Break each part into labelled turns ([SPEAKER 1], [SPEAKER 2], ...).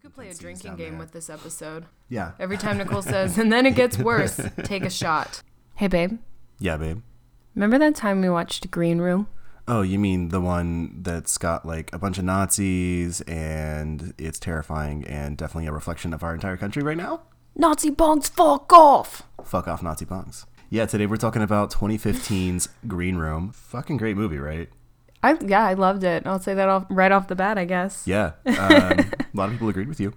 [SPEAKER 1] could play a
[SPEAKER 2] Tennessee's
[SPEAKER 1] drinking
[SPEAKER 2] down
[SPEAKER 1] game
[SPEAKER 2] there.
[SPEAKER 1] with this episode.
[SPEAKER 2] Yeah.
[SPEAKER 1] Every time Nicole says, and then it gets worse, take a shot. Hey, babe,
[SPEAKER 2] Yeah, babe.
[SPEAKER 1] remember that time we watched Green Room?
[SPEAKER 2] Oh, you mean the one that's got like a bunch of Nazis and it's terrifying and definitely a reflection of our entire country right now?
[SPEAKER 1] Nazi bongs, fuck off!
[SPEAKER 2] Fuck off, Nazi punks. Yeah, today we're talking about 2015's Green Room. Fucking great movie, right?
[SPEAKER 1] I yeah, I loved it. I'll say that off, right off the bat, I guess.
[SPEAKER 2] Yeah. Um, a lot of people agreed with you.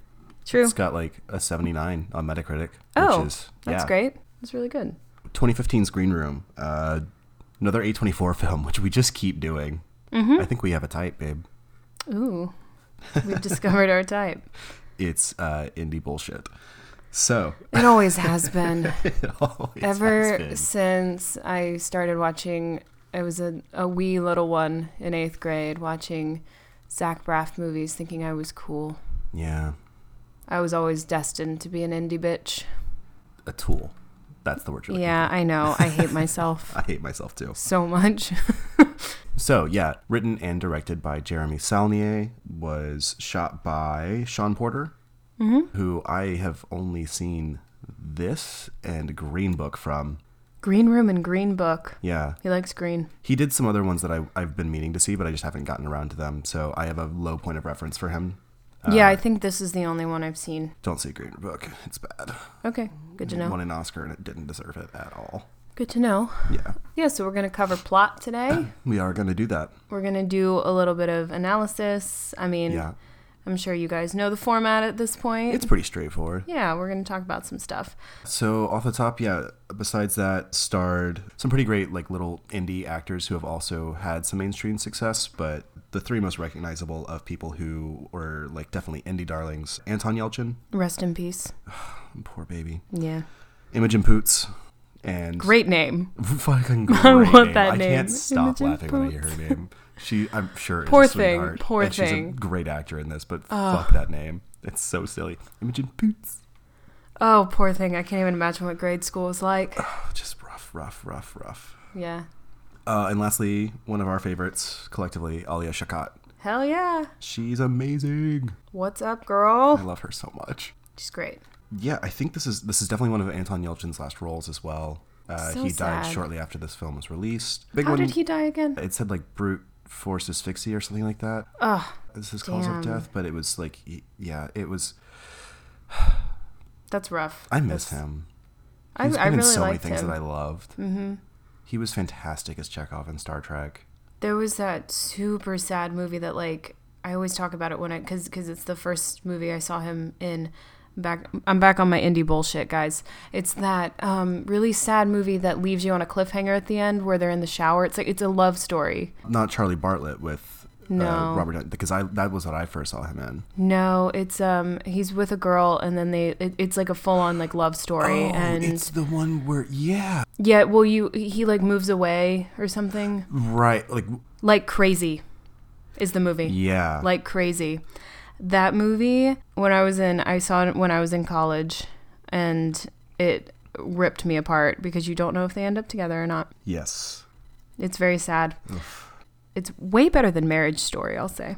[SPEAKER 1] True.
[SPEAKER 2] It's got like a 79 on Metacritic.
[SPEAKER 1] Oh,
[SPEAKER 2] which is,
[SPEAKER 1] That's
[SPEAKER 2] yeah.
[SPEAKER 1] great. That's really good.
[SPEAKER 2] 2015's Green Room, uh, another A24 film, which we just keep doing.
[SPEAKER 1] Mm-hmm.
[SPEAKER 2] I think we have a type, babe.
[SPEAKER 1] Ooh, we've discovered our type.
[SPEAKER 2] It's uh, indie bullshit. So,
[SPEAKER 1] It always has been.
[SPEAKER 2] it always has
[SPEAKER 1] Ever
[SPEAKER 2] been.
[SPEAKER 1] since I started watching, I was a, a wee little one in eighth grade watching Zach Braff movies, thinking I was cool.
[SPEAKER 2] Yeah,
[SPEAKER 1] I was always destined to be an indie bitch.
[SPEAKER 2] a tool. That's the word you're looking
[SPEAKER 1] Yeah, I know. I hate myself
[SPEAKER 2] for. I hate myself too.
[SPEAKER 1] so much.
[SPEAKER 2] So, yeah, written and directed by Jeremy Saulnier, was shot by Sean Porter,
[SPEAKER 1] Mm-hmm.
[SPEAKER 2] who I have only seen this and Green Book from.
[SPEAKER 1] Green Room and Green Book.
[SPEAKER 2] Yeah,
[SPEAKER 1] He likes green.
[SPEAKER 2] He did some other ones that I, I've been meaning to see, but I just haven't gotten around to them. So I have a low point of reference for him.
[SPEAKER 1] yeah, I think this is the only one I've seen.
[SPEAKER 2] Don't see Green Book. It's bad.
[SPEAKER 1] Okay, good to
[SPEAKER 2] It
[SPEAKER 1] know.
[SPEAKER 2] Won an Oscar and it didn't deserve it at all.
[SPEAKER 1] Good to know.
[SPEAKER 2] Yeah.
[SPEAKER 1] Yeah, so we're going to cover plot today.
[SPEAKER 2] We are going to do that.
[SPEAKER 1] We're going to do a little bit of analysis. I mean,
[SPEAKER 2] Yeah.
[SPEAKER 1] I'm sure you guys know the format at this point.
[SPEAKER 2] It's pretty straightforward.
[SPEAKER 1] yeah, we're going to talk about some stuff.
[SPEAKER 2] So off the top, yeah, besides that, starred some pretty great, like, little indie actors who have also had some mainstream success, but the three most recognizable of people who were, like, definitely indie darlings Anton Yelchin,
[SPEAKER 1] Rest in peace.
[SPEAKER 2] poor baby,
[SPEAKER 1] Yeah.
[SPEAKER 2] Imogen Poots, and.
[SPEAKER 1] Great name.
[SPEAKER 2] fucking great
[SPEAKER 1] I want
[SPEAKER 2] name.
[SPEAKER 1] that
[SPEAKER 2] I
[SPEAKER 1] name.
[SPEAKER 2] can't stop
[SPEAKER 1] Imogen
[SPEAKER 2] laughing when I hear her name. She, I'm sure, is
[SPEAKER 1] Poor
[SPEAKER 2] a
[SPEAKER 1] thing,
[SPEAKER 2] sweetheart,
[SPEAKER 1] poor
[SPEAKER 2] and
[SPEAKER 1] thing.
[SPEAKER 2] She's a great actor in this, but fuck that name. It's so silly. Imogen Poots.
[SPEAKER 1] Oh, poor thing. I can't even imagine what grade school is like.
[SPEAKER 2] Oh, just rough, rough, rough, rough.
[SPEAKER 1] Yeah.
[SPEAKER 2] Uh, and lastly, one of our favorites collectively, Alia Shakat.
[SPEAKER 1] Hell yeah.
[SPEAKER 2] She's amazing.
[SPEAKER 1] What's up,
[SPEAKER 2] I
[SPEAKER 1] girl?
[SPEAKER 2] love her so much.
[SPEAKER 1] She's great.
[SPEAKER 2] Yeah, I think this is this is definitely one of Anton Yelchin's last roles as well. Uh,
[SPEAKER 1] So
[SPEAKER 2] he died
[SPEAKER 1] sad.
[SPEAKER 2] shortly after this film was released. Big
[SPEAKER 1] How
[SPEAKER 2] one.
[SPEAKER 1] did he die again?
[SPEAKER 2] it said like brute force asphyxia or something like that.
[SPEAKER 1] Ugh,
[SPEAKER 2] this is cause
[SPEAKER 1] damn.
[SPEAKER 2] of death, but it was like, y- yeah, it was.
[SPEAKER 1] That's rough.
[SPEAKER 2] I miss
[SPEAKER 1] That's-
[SPEAKER 2] him.
[SPEAKER 1] I,
[SPEAKER 2] He's
[SPEAKER 1] I
[SPEAKER 2] been
[SPEAKER 1] really
[SPEAKER 2] in so many
[SPEAKER 1] liked
[SPEAKER 2] things
[SPEAKER 1] him.
[SPEAKER 2] that I loved. Mm-hmm. He was fantastic as Chekhov in Star Trek.
[SPEAKER 1] There was that super sad movie that like I always talk about it when I because because it's the first movie I saw him in. Back, I'm back on my indie bullshit, guys. It's that um, really sad movie that leaves you on a cliffhanger at the end where they're in the shower. It's like it's a love story.
[SPEAKER 2] Not Charlie Bartlett with uh,
[SPEAKER 1] No.
[SPEAKER 2] Robert Downey because I that was what I first saw him in.
[SPEAKER 1] No, it's um he's with a girl and then they it, it's like a full on like love story and
[SPEAKER 2] Oh, it's the one where yeah,
[SPEAKER 1] yeah, well you he like moves away or something
[SPEAKER 2] right, like
[SPEAKER 1] like crazy, is the movie.
[SPEAKER 2] yeah,
[SPEAKER 1] like crazy. That movie, when I was in, I saw it when I was in college, and it ripped me apart because you don't know if they end up together or not.
[SPEAKER 2] yes.
[SPEAKER 1] It's very sad. It's way better than Marriage Story, I'll say.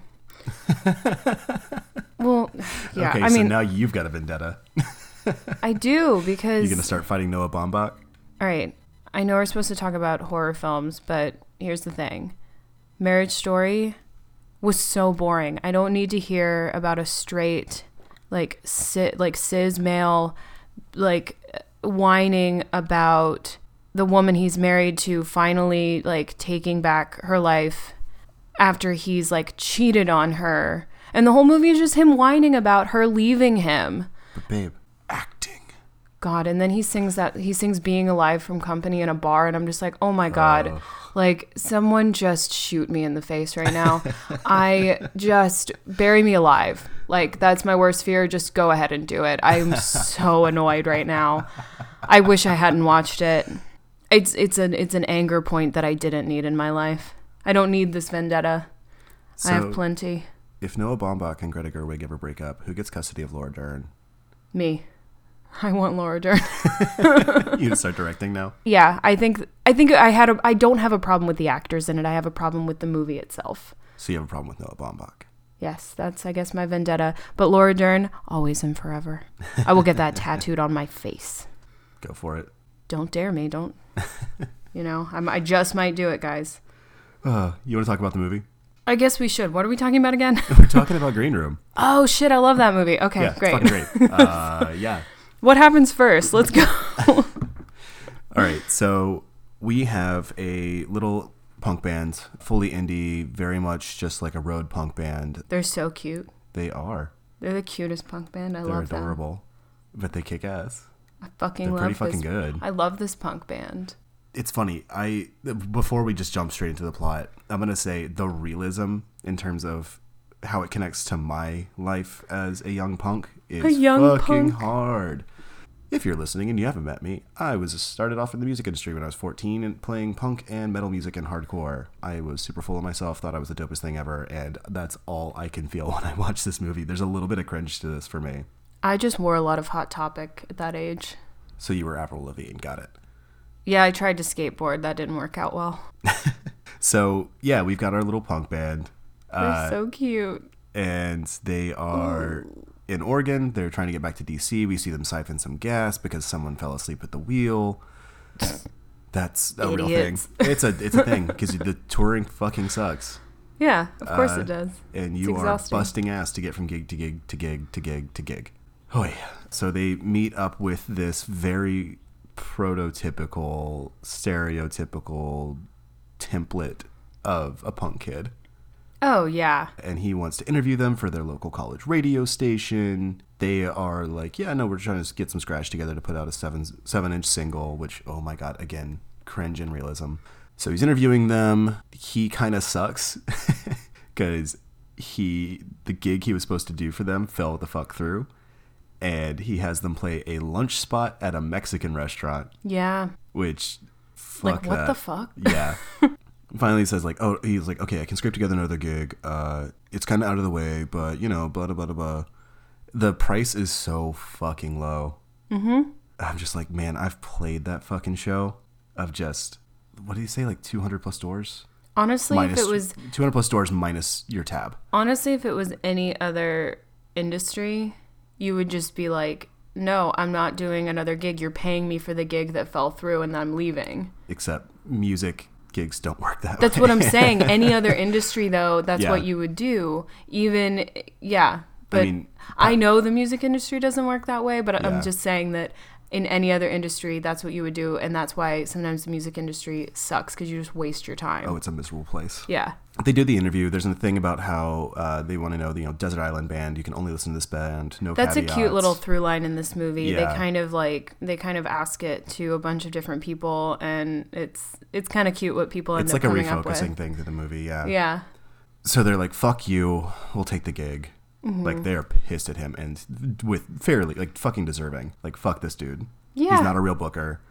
[SPEAKER 1] well, yeah,
[SPEAKER 2] okay,
[SPEAKER 1] I
[SPEAKER 2] so
[SPEAKER 1] mean,
[SPEAKER 2] now you've got a vendetta.
[SPEAKER 1] I do
[SPEAKER 2] You're
[SPEAKER 1] because
[SPEAKER 2] gonna start fighting Noah Baumbach.
[SPEAKER 1] all right. I know we're supposed to talk about horror films, but here's the thing: Marriage Story was so boring. I don't need to hear about a straight, like sit like cis male, like whining about the woman he's married to finally like taking back her life after he's like cheated on her. And the whole movie is just him whining about her leaving him.
[SPEAKER 2] But babe, acting.
[SPEAKER 1] God, and then he sings that he sings "Being Alive" from Company in a bar, and I'm just like, oh my god, like someone just shoot me in the face right now. I just bury me alive. Like that's my worst fear. Just go ahead and do it. I'm so annoyed right now. I wish I hadn't watched it. It's it's an it's an anger point that I didn't need in my life. I don't need this vendetta. I
[SPEAKER 2] So-
[SPEAKER 1] have plenty.
[SPEAKER 2] If Noah Baumbach and Greta Gerwig ever break up, who gets custody of Laura Dern?
[SPEAKER 1] Me. I want Laura Dern.
[SPEAKER 2] you gonna start directing now.
[SPEAKER 1] Yeah, I think I think I had a I don't have a problem with the actors in it. I have a problem with the movie itself.
[SPEAKER 2] So you have a problem with Noah Baumbach.
[SPEAKER 1] Yes, that's I guess my vendetta. But Laura Dern, always and forever. I will get that tattooed on my face.
[SPEAKER 2] Go for it.
[SPEAKER 1] Don't dare me. Don't. You know, I'm, I just might do it, guys.
[SPEAKER 2] Uh, you want to talk about the movie?
[SPEAKER 1] I guess we should. What are we talking about again?
[SPEAKER 2] We're talking about Green Room.
[SPEAKER 1] oh shit, I love that movie. Okay,
[SPEAKER 2] yeah,
[SPEAKER 1] great.
[SPEAKER 2] it's fucking great. Uh, yeah.
[SPEAKER 1] What happens first? Let's go.
[SPEAKER 2] All right, so we have a little punk band, fully indie, very much just like a road punk band.
[SPEAKER 1] They're so cute.
[SPEAKER 2] They are.
[SPEAKER 1] They're the cutest punk band. I
[SPEAKER 2] They're
[SPEAKER 1] love
[SPEAKER 2] adorable, but they kick ass.
[SPEAKER 1] them. I fucking
[SPEAKER 2] They're
[SPEAKER 1] love
[SPEAKER 2] pretty
[SPEAKER 1] this.
[SPEAKER 2] fucking good.
[SPEAKER 1] I love this punk band.
[SPEAKER 2] It's funny. I before we just jump straight into the plot, I'm gonna say the realism in terms of how it connects to my life as a young punk is
[SPEAKER 1] A young
[SPEAKER 2] fucking
[SPEAKER 1] punk.
[SPEAKER 2] hard. If you're listening and you haven't met me, I was started off in the music industry when I was 14 and playing punk and metal music and hardcore. I was super full of myself, thought I was the dopest thing ever, and that's all I can feel when I watch this movie. There's a little bit of cringe to this for me.
[SPEAKER 1] I just wore a lot of Hot Topic at that age.
[SPEAKER 2] So you were Avril Lavigne, got it.
[SPEAKER 1] Yeah, I tried to skateboard. That didn't work out well.
[SPEAKER 2] So yeah, we've got our little punk band.
[SPEAKER 1] They're
[SPEAKER 2] Uh,
[SPEAKER 1] so cute.
[SPEAKER 2] and they are in Oregon. They're trying to get back to DC. We see them siphon some gas because someone fell asleep at the wheel. That's a real thing.
[SPEAKER 1] Idiots.
[SPEAKER 2] It's a it's a thing because the touring fucking sucks,
[SPEAKER 1] Yeah, of course
[SPEAKER 2] Uh,
[SPEAKER 1] it does.
[SPEAKER 2] and
[SPEAKER 1] It's
[SPEAKER 2] you are
[SPEAKER 1] exhausting.
[SPEAKER 2] busting ass to get from gig to gig to gig to gig to gig. Oh yeah. So they meet up with this very prototypical, stereotypical template of a punk kid.
[SPEAKER 1] Oh yeah.
[SPEAKER 2] and he wants to interview them for their local college radio station. They are like, yeah, no, we're trying to get some scratch together to put out a seven seven inch single, which oh my god, again, cringe and realism. So he's interviewing them. He kind of sucks because he the gig he was supposed to do for them fell the fuck through, and he has them play a lunch spot at a Mexican restaurant,
[SPEAKER 1] Yeah.
[SPEAKER 2] which fuck
[SPEAKER 1] Like what
[SPEAKER 2] that.
[SPEAKER 1] the fuck?
[SPEAKER 2] Yeah. Finally he says like, oh, he's like, okay, I can scrape together another gig. Uh, it's kind of out of the way, but you know, blah blah blah blah, blah. The price is so fucking low. Mm-hmm. I'm just like, man, I've played that fucking show of just what did he say, like 200 plus doors?
[SPEAKER 1] Honestly,
[SPEAKER 2] minus
[SPEAKER 1] if it was
[SPEAKER 2] 200 plus doors minus your tab.
[SPEAKER 1] honestly if it was any other industry, you would just be like, "No, I'm not doing another gig. You're paying me for the gig that fell through and I'm leaving."
[SPEAKER 2] Except music gigs don't work that
[SPEAKER 1] That's
[SPEAKER 2] way.
[SPEAKER 1] what I'm saying. Any other industry though, that's
[SPEAKER 2] Yeah.
[SPEAKER 1] what you would do. Even yeah, but I,
[SPEAKER 2] mean,
[SPEAKER 1] know the music industry doesn't work that way, but
[SPEAKER 2] Uh, Yeah.
[SPEAKER 1] I'm just saying that in any other industry, that's what you would do, and that's why sometimes the music industry sucks because you just waste your time.
[SPEAKER 2] oh, it's a miserable place.
[SPEAKER 1] Yeah.
[SPEAKER 2] they did the interview. There's a thing about how uh, they want to know, you know, Desert Island Band. You can only listen to this band. No,
[SPEAKER 1] That's a cute
[SPEAKER 2] caveats.
[SPEAKER 1] little through line in this movie.
[SPEAKER 2] Yeah.
[SPEAKER 1] They kind of like they kind of ask it to a bunch of different people and it's it's kind of cute what people end
[SPEAKER 2] It's
[SPEAKER 1] up
[SPEAKER 2] like a
[SPEAKER 1] coming up with.
[SPEAKER 2] refocusing thing to the movie. Yeah.
[SPEAKER 1] Yeah.
[SPEAKER 2] So they're like, "Fuck you, we'll take the gig."
[SPEAKER 1] Mm-hmm.
[SPEAKER 2] Like they're pissed at him and with fairly like fucking deserving. Like fuck this dude.
[SPEAKER 1] Yeah.
[SPEAKER 2] He's not a real booker.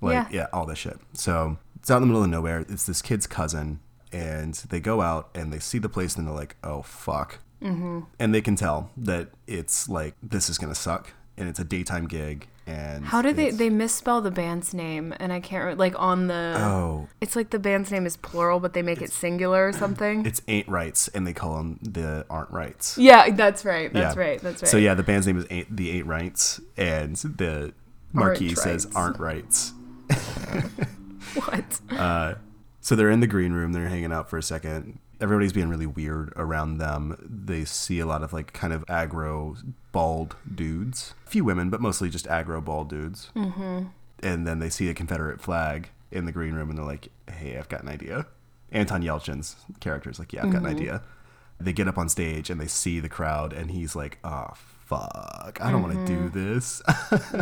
[SPEAKER 2] Like yeah.
[SPEAKER 1] Yeah.
[SPEAKER 2] all this shit. So it's out in the middle of nowhere. It's this kid's cousin, and they go out and they see the place and they're like, "Oh fuck." Mm-hmm. And they can tell that it's like this is gonna suck, and it's a daytime gig. And
[SPEAKER 1] How did they
[SPEAKER 2] it's-
[SPEAKER 1] they misspell the band's name and I can't re- like on the
[SPEAKER 2] Oh,
[SPEAKER 1] It's like the band's name is plural but they make it singular or something.
[SPEAKER 2] it's ain't rights, and they call them the aren't rights.
[SPEAKER 1] Yeah, that's right. That's right. That's right.
[SPEAKER 2] So yeah, the band's name is Eight, the Eight Rights, and the marquee
[SPEAKER 1] Aren't
[SPEAKER 2] says
[SPEAKER 1] Rights.
[SPEAKER 2] aren't rights.
[SPEAKER 1] What?
[SPEAKER 2] Uh, So they're in the green room. They're hanging out for a second. Everybody's being really weird around them. They see a lot of like kind of aggro bald dudes, a few women, but mostly just aggro bald dudes. Mm-hmm. And then they see a Confederate flag in the green room, and they're like, "Hey, I've got an idea." Anton Yelchin's character is like, "Yeah, I've got an idea." They get up on stage and they see the crowd, and he's like, "Oh fuck, I don't want to do this."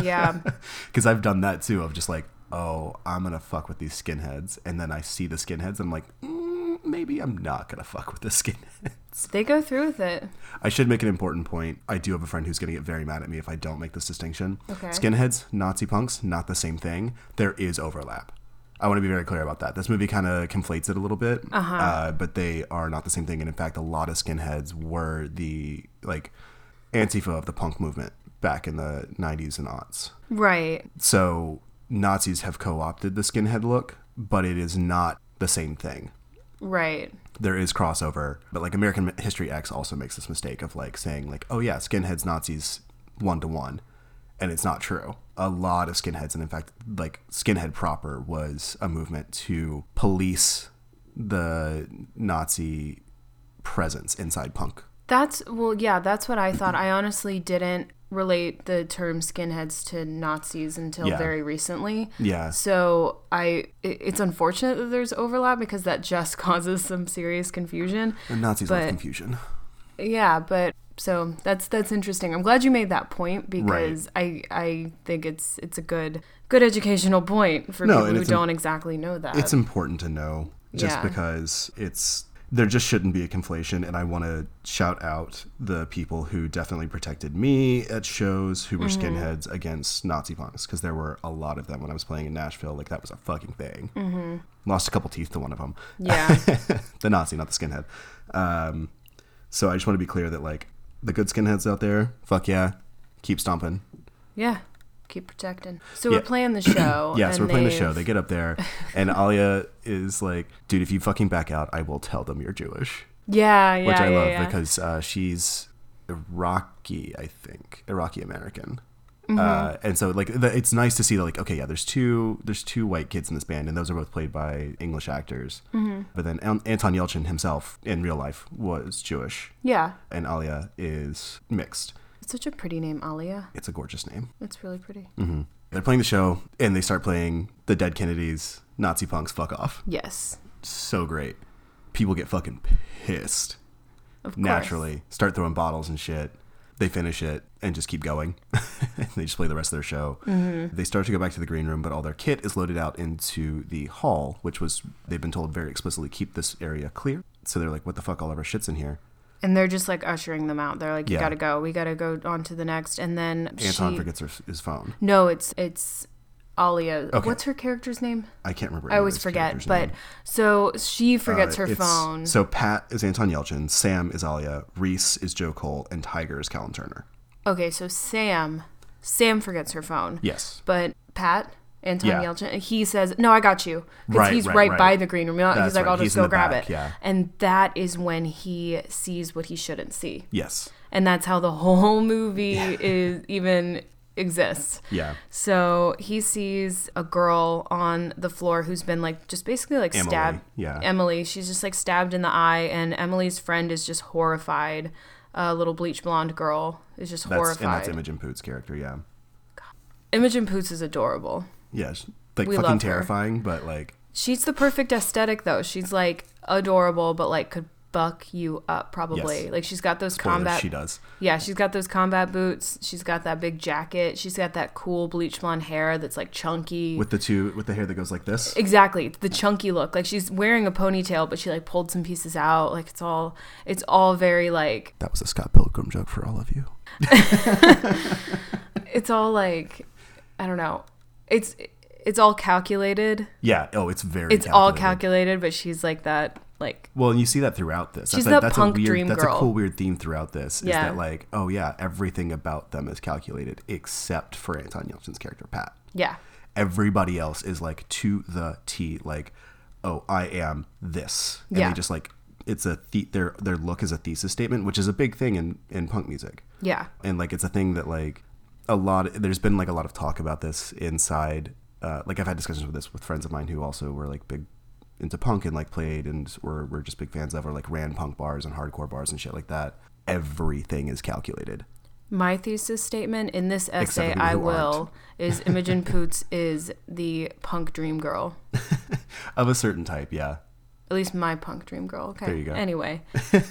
[SPEAKER 1] yeah.
[SPEAKER 2] Because I've done that too. Of just like, oh, I'm gonna fuck with these skinheads, and then I see the skinheads, and I'm like, mm, maybe I'm not gonna fuck with the skinheads.
[SPEAKER 1] They go through with it.
[SPEAKER 2] I should make an important point. I do have a friend who's gonna get very mad at me if I don't make this distinction.
[SPEAKER 1] Okay.
[SPEAKER 2] Skinheads, Nazi punks, not the same thing. There is overlap. I want to be very clear about that. This movie kind of conflates it a little bit, uh-huh. but they are not the same thing. And in fact, a lot of skinheads were the like Antifa of the punk movement back in the 90s and aughts.
[SPEAKER 1] Right.
[SPEAKER 2] So Nazis have co opted the skinhead look, but it is not the same thing.
[SPEAKER 1] Right.
[SPEAKER 2] there is crossover, but like American History X also makes this mistake of like saying like, oh yeah, skinheads Nazis one to one, and it's not true. A lot of skinheads, and in fact, like skinhead proper was a movement to police the Nazi presence inside punk.
[SPEAKER 1] That's well, yeah, that's what I thought. I honestly didn't relate the term skinheads to Nazis until
[SPEAKER 2] Yeah.
[SPEAKER 1] very recently.
[SPEAKER 2] Yeah.
[SPEAKER 1] So I, it- it's unfortunate that there's overlap because that just causes some serious confusion.
[SPEAKER 2] And Nazis
[SPEAKER 1] But-
[SPEAKER 2] love confusion.
[SPEAKER 1] Yeah, but so that's that's interesting. I'm glad you made that point because I I think it's it's a good good educational point for
[SPEAKER 2] No, and
[SPEAKER 1] people who
[SPEAKER 2] it's im-
[SPEAKER 1] don't exactly know that.
[SPEAKER 2] it's important to know just
[SPEAKER 1] Yeah.
[SPEAKER 2] because it's there just shouldn't be a conflation and i want to shout out the people who definitely protected me at shows who were skinheads against nazi punks because there were a lot of them when i was playing in nashville like that was a fucking thing mm-hmm. lost a couple teeth to one of them
[SPEAKER 1] yeah.
[SPEAKER 2] the nazi not the skinhead um, so i just want to be clear that like the good skinheads out there fuck yeah keep stomping
[SPEAKER 1] Yeah. Keep protecting. So
[SPEAKER 2] Yeah.
[SPEAKER 1] we're playing the show.
[SPEAKER 2] Yeah, so we're playing the show.
[SPEAKER 1] they've-
[SPEAKER 2] They get up there, and Alia is like, "Dude, if you fucking back out, I will tell them you're Jewish,"
[SPEAKER 1] yeah, yeah.
[SPEAKER 2] which I
[SPEAKER 1] yeah,
[SPEAKER 2] love
[SPEAKER 1] yeah.
[SPEAKER 2] because uh, she's Iraqi, I think, Iraqi American.
[SPEAKER 1] Mm-hmm.
[SPEAKER 2] Uh, and so like the, it's nice to see that like okay yeah there's two there's two white kids in this band and those are both played by English actors
[SPEAKER 1] Mm-hmm.
[SPEAKER 2] but then An- Anton Yelchin himself in real life was Jewish
[SPEAKER 1] Yeah.
[SPEAKER 2] and Alia is mixed
[SPEAKER 1] It's such a pretty name, Alia.
[SPEAKER 2] it's a gorgeous name Mm-hmm.
[SPEAKER 1] It's really pretty.
[SPEAKER 2] they're playing the show and they start playing the Dead Kennedys Nazi punks fuck off
[SPEAKER 1] Yes.
[SPEAKER 2] so great. People get fucking pissed
[SPEAKER 1] Of course.
[SPEAKER 2] naturally, start throwing bottles and shit. They finish it and just keep going. and they just play the rest of their show.
[SPEAKER 1] Mm-hmm.
[SPEAKER 2] They start to go back to the green room, but all their kit is loaded out into the hall, which was, they've been told very explicitly, keep this area clear. So they're like, what the fuck, all of our shit's in here.
[SPEAKER 1] And they're just like ushering them out. They're like, You
[SPEAKER 2] Yeah.
[SPEAKER 1] gotta go, we gotta go on to the next and then
[SPEAKER 2] Anton
[SPEAKER 1] she-
[SPEAKER 2] forgets her, his phone.
[SPEAKER 1] No, it's it's Alia.
[SPEAKER 2] Okay.
[SPEAKER 1] What's her character's name?
[SPEAKER 2] I can't remember.
[SPEAKER 1] I always forget. But so she
[SPEAKER 2] Uh,
[SPEAKER 1] forgets her phone.
[SPEAKER 2] So Pat is Anton Yelchin, Sam is Alia, Reese is Joe Cole, and Tiger is Callan Turner.
[SPEAKER 1] okay, so Sam Sam forgets her phone.
[SPEAKER 2] Yes.
[SPEAKER 1] But Pat, Anton
[SPEAKER 2] Yeah.
[SPEAKER 1] Yelchin, he says, "No, I got you," because
[SPEAKER 2] Right,
[SPEAKER 1] he's
[SPEAKER 2] right,
[SPEAKER 1] right,
[SPEAKER 2] right.
[SPEAKER 1] by the green room. he's
[SPEAKER 2] That's
[SPEAKER 1] like,
[SPEAKER 2] right.
[SPEAKER 1] "I'll just
[SPEAKER 2] He's in
[SPEAKER 1] go
[SPEAKER 2] the
[SPEAKER 1] grab it,"
[SPEAKER 2] back, yeah.
[SPEAKER 1] and that is when he sees what he shouldn't see,
[SPEAKER 2] Yes.
[SPEAKER 1] and that's how the whole movie is even exists.
[SPEAKER 2] Yeah.
[SPEAKER 1] So he sees a girl on the floor who's been like just basically like
[SPEAKER 2] Emily,
[SPEAKER 1] stabbed.
[SPEAKER 2] yeah.
[SPEAKER 1] Emily. She's just like stabbed in the eye, and Emily's friend is just horrified. A little bleach blonde girl is just
[SPEAKER 2] That's
[SPEAKER 1] horrified.
[SPEAKER 2] and that's Imogen Poot's character. Yeah,
[SPEAKER 1] Imogen Poots is adorable.
[SPEAKER 2] yeah, sh- like
[SPEAKER 1] We
[SPEAKER 2] fucking
[SPEAKER 1] love her.
[SPEAKER 2] terrifying, but like
[SPEAKER 1] She's the perfect aesthetic though. She's like adorable, but like could buck you up probably.
[SPEAKER 2] Yes.
[SPEAKER 1] Like she's got those
[SPEAKER 2] spoilers,
[SPEAKER 1] combat.
[SPEAKER 2] she does.
[SPEAKER 1] Yeah, she's got those combat boots. She's got that big jacket. She's got that cool bleach blonde hair that's like chunky.
[SPEAKER 2] With the two, with the hair that goes like this.
[SPEAKER 1] exactly the chunky look. Like she's wearing a ponytail, but she like pulled some pieces out. Like it's all it's all very like
[SPEAKER 2] That was a Scott Pilgrim joke for all of you.
[SPEAKER 1] it's all like I don't know. It's it's all calculated.
[SPEAKER 2] Yeah. Oh, it's very.
[SPEAKER 1] It's all calculated, but she's like that like
[SPEAKER 2] Well, and you see that throughout this.
[SPEAKER 1] She's
[SPEAKER 2] that's a,
[SPEAKER 1] the
[SPEAKER 2] that's
[SPEAKER 1] punk
[SPEAKER 2] a weird,
[SPEAKER 1] dream
[SPEAKER 2] That's
[SPEAKER 1] girl.
[SPEAKER 2] a cool, weird theme throughout this. Is
[SPEAKER 1] Yeah.
[SPEAKER 2] that like, oh yeah, everything about them is calculated except for Anton Yelchin's character Pat.
[SPEAKER 1] yeah.
[SPEAKER 2] Everybody else is like to the T. Like, oh, I am this, and
[SPEAKER 1] Yeah.
[SPEAKER 2] they just like it's a the- their their look is a thesis statement, which is a big thing in in punk music.
[SPEAKER 1] Yeah.
[SPEAKER 2] and like it's a thing that like a lot there's been like a lot of talk about this inside uh, like i've had discussions with this with friends of mine who also were like big into punk and like played and were, were just big fans of or like ran punk bars and hardcore bars and shit like that everything is calculated
[SPEAKER 1] My thesis statement in this
[SPEAKER 2] for
[SPEAKER 1] essay,
[SPEAKER 2] people
[SPEAKER 1] I
[SPEAKER 2] who
[SPEAKER 1] will, is Imogen Poots is the punk dream girl.
[SPEAKER 2] of a certain type yeah
[SPEAKER 1] At least my punk dream girl. Okay.
[SPEAKER 2] There you go.
[SPEAKER 1] Anyway,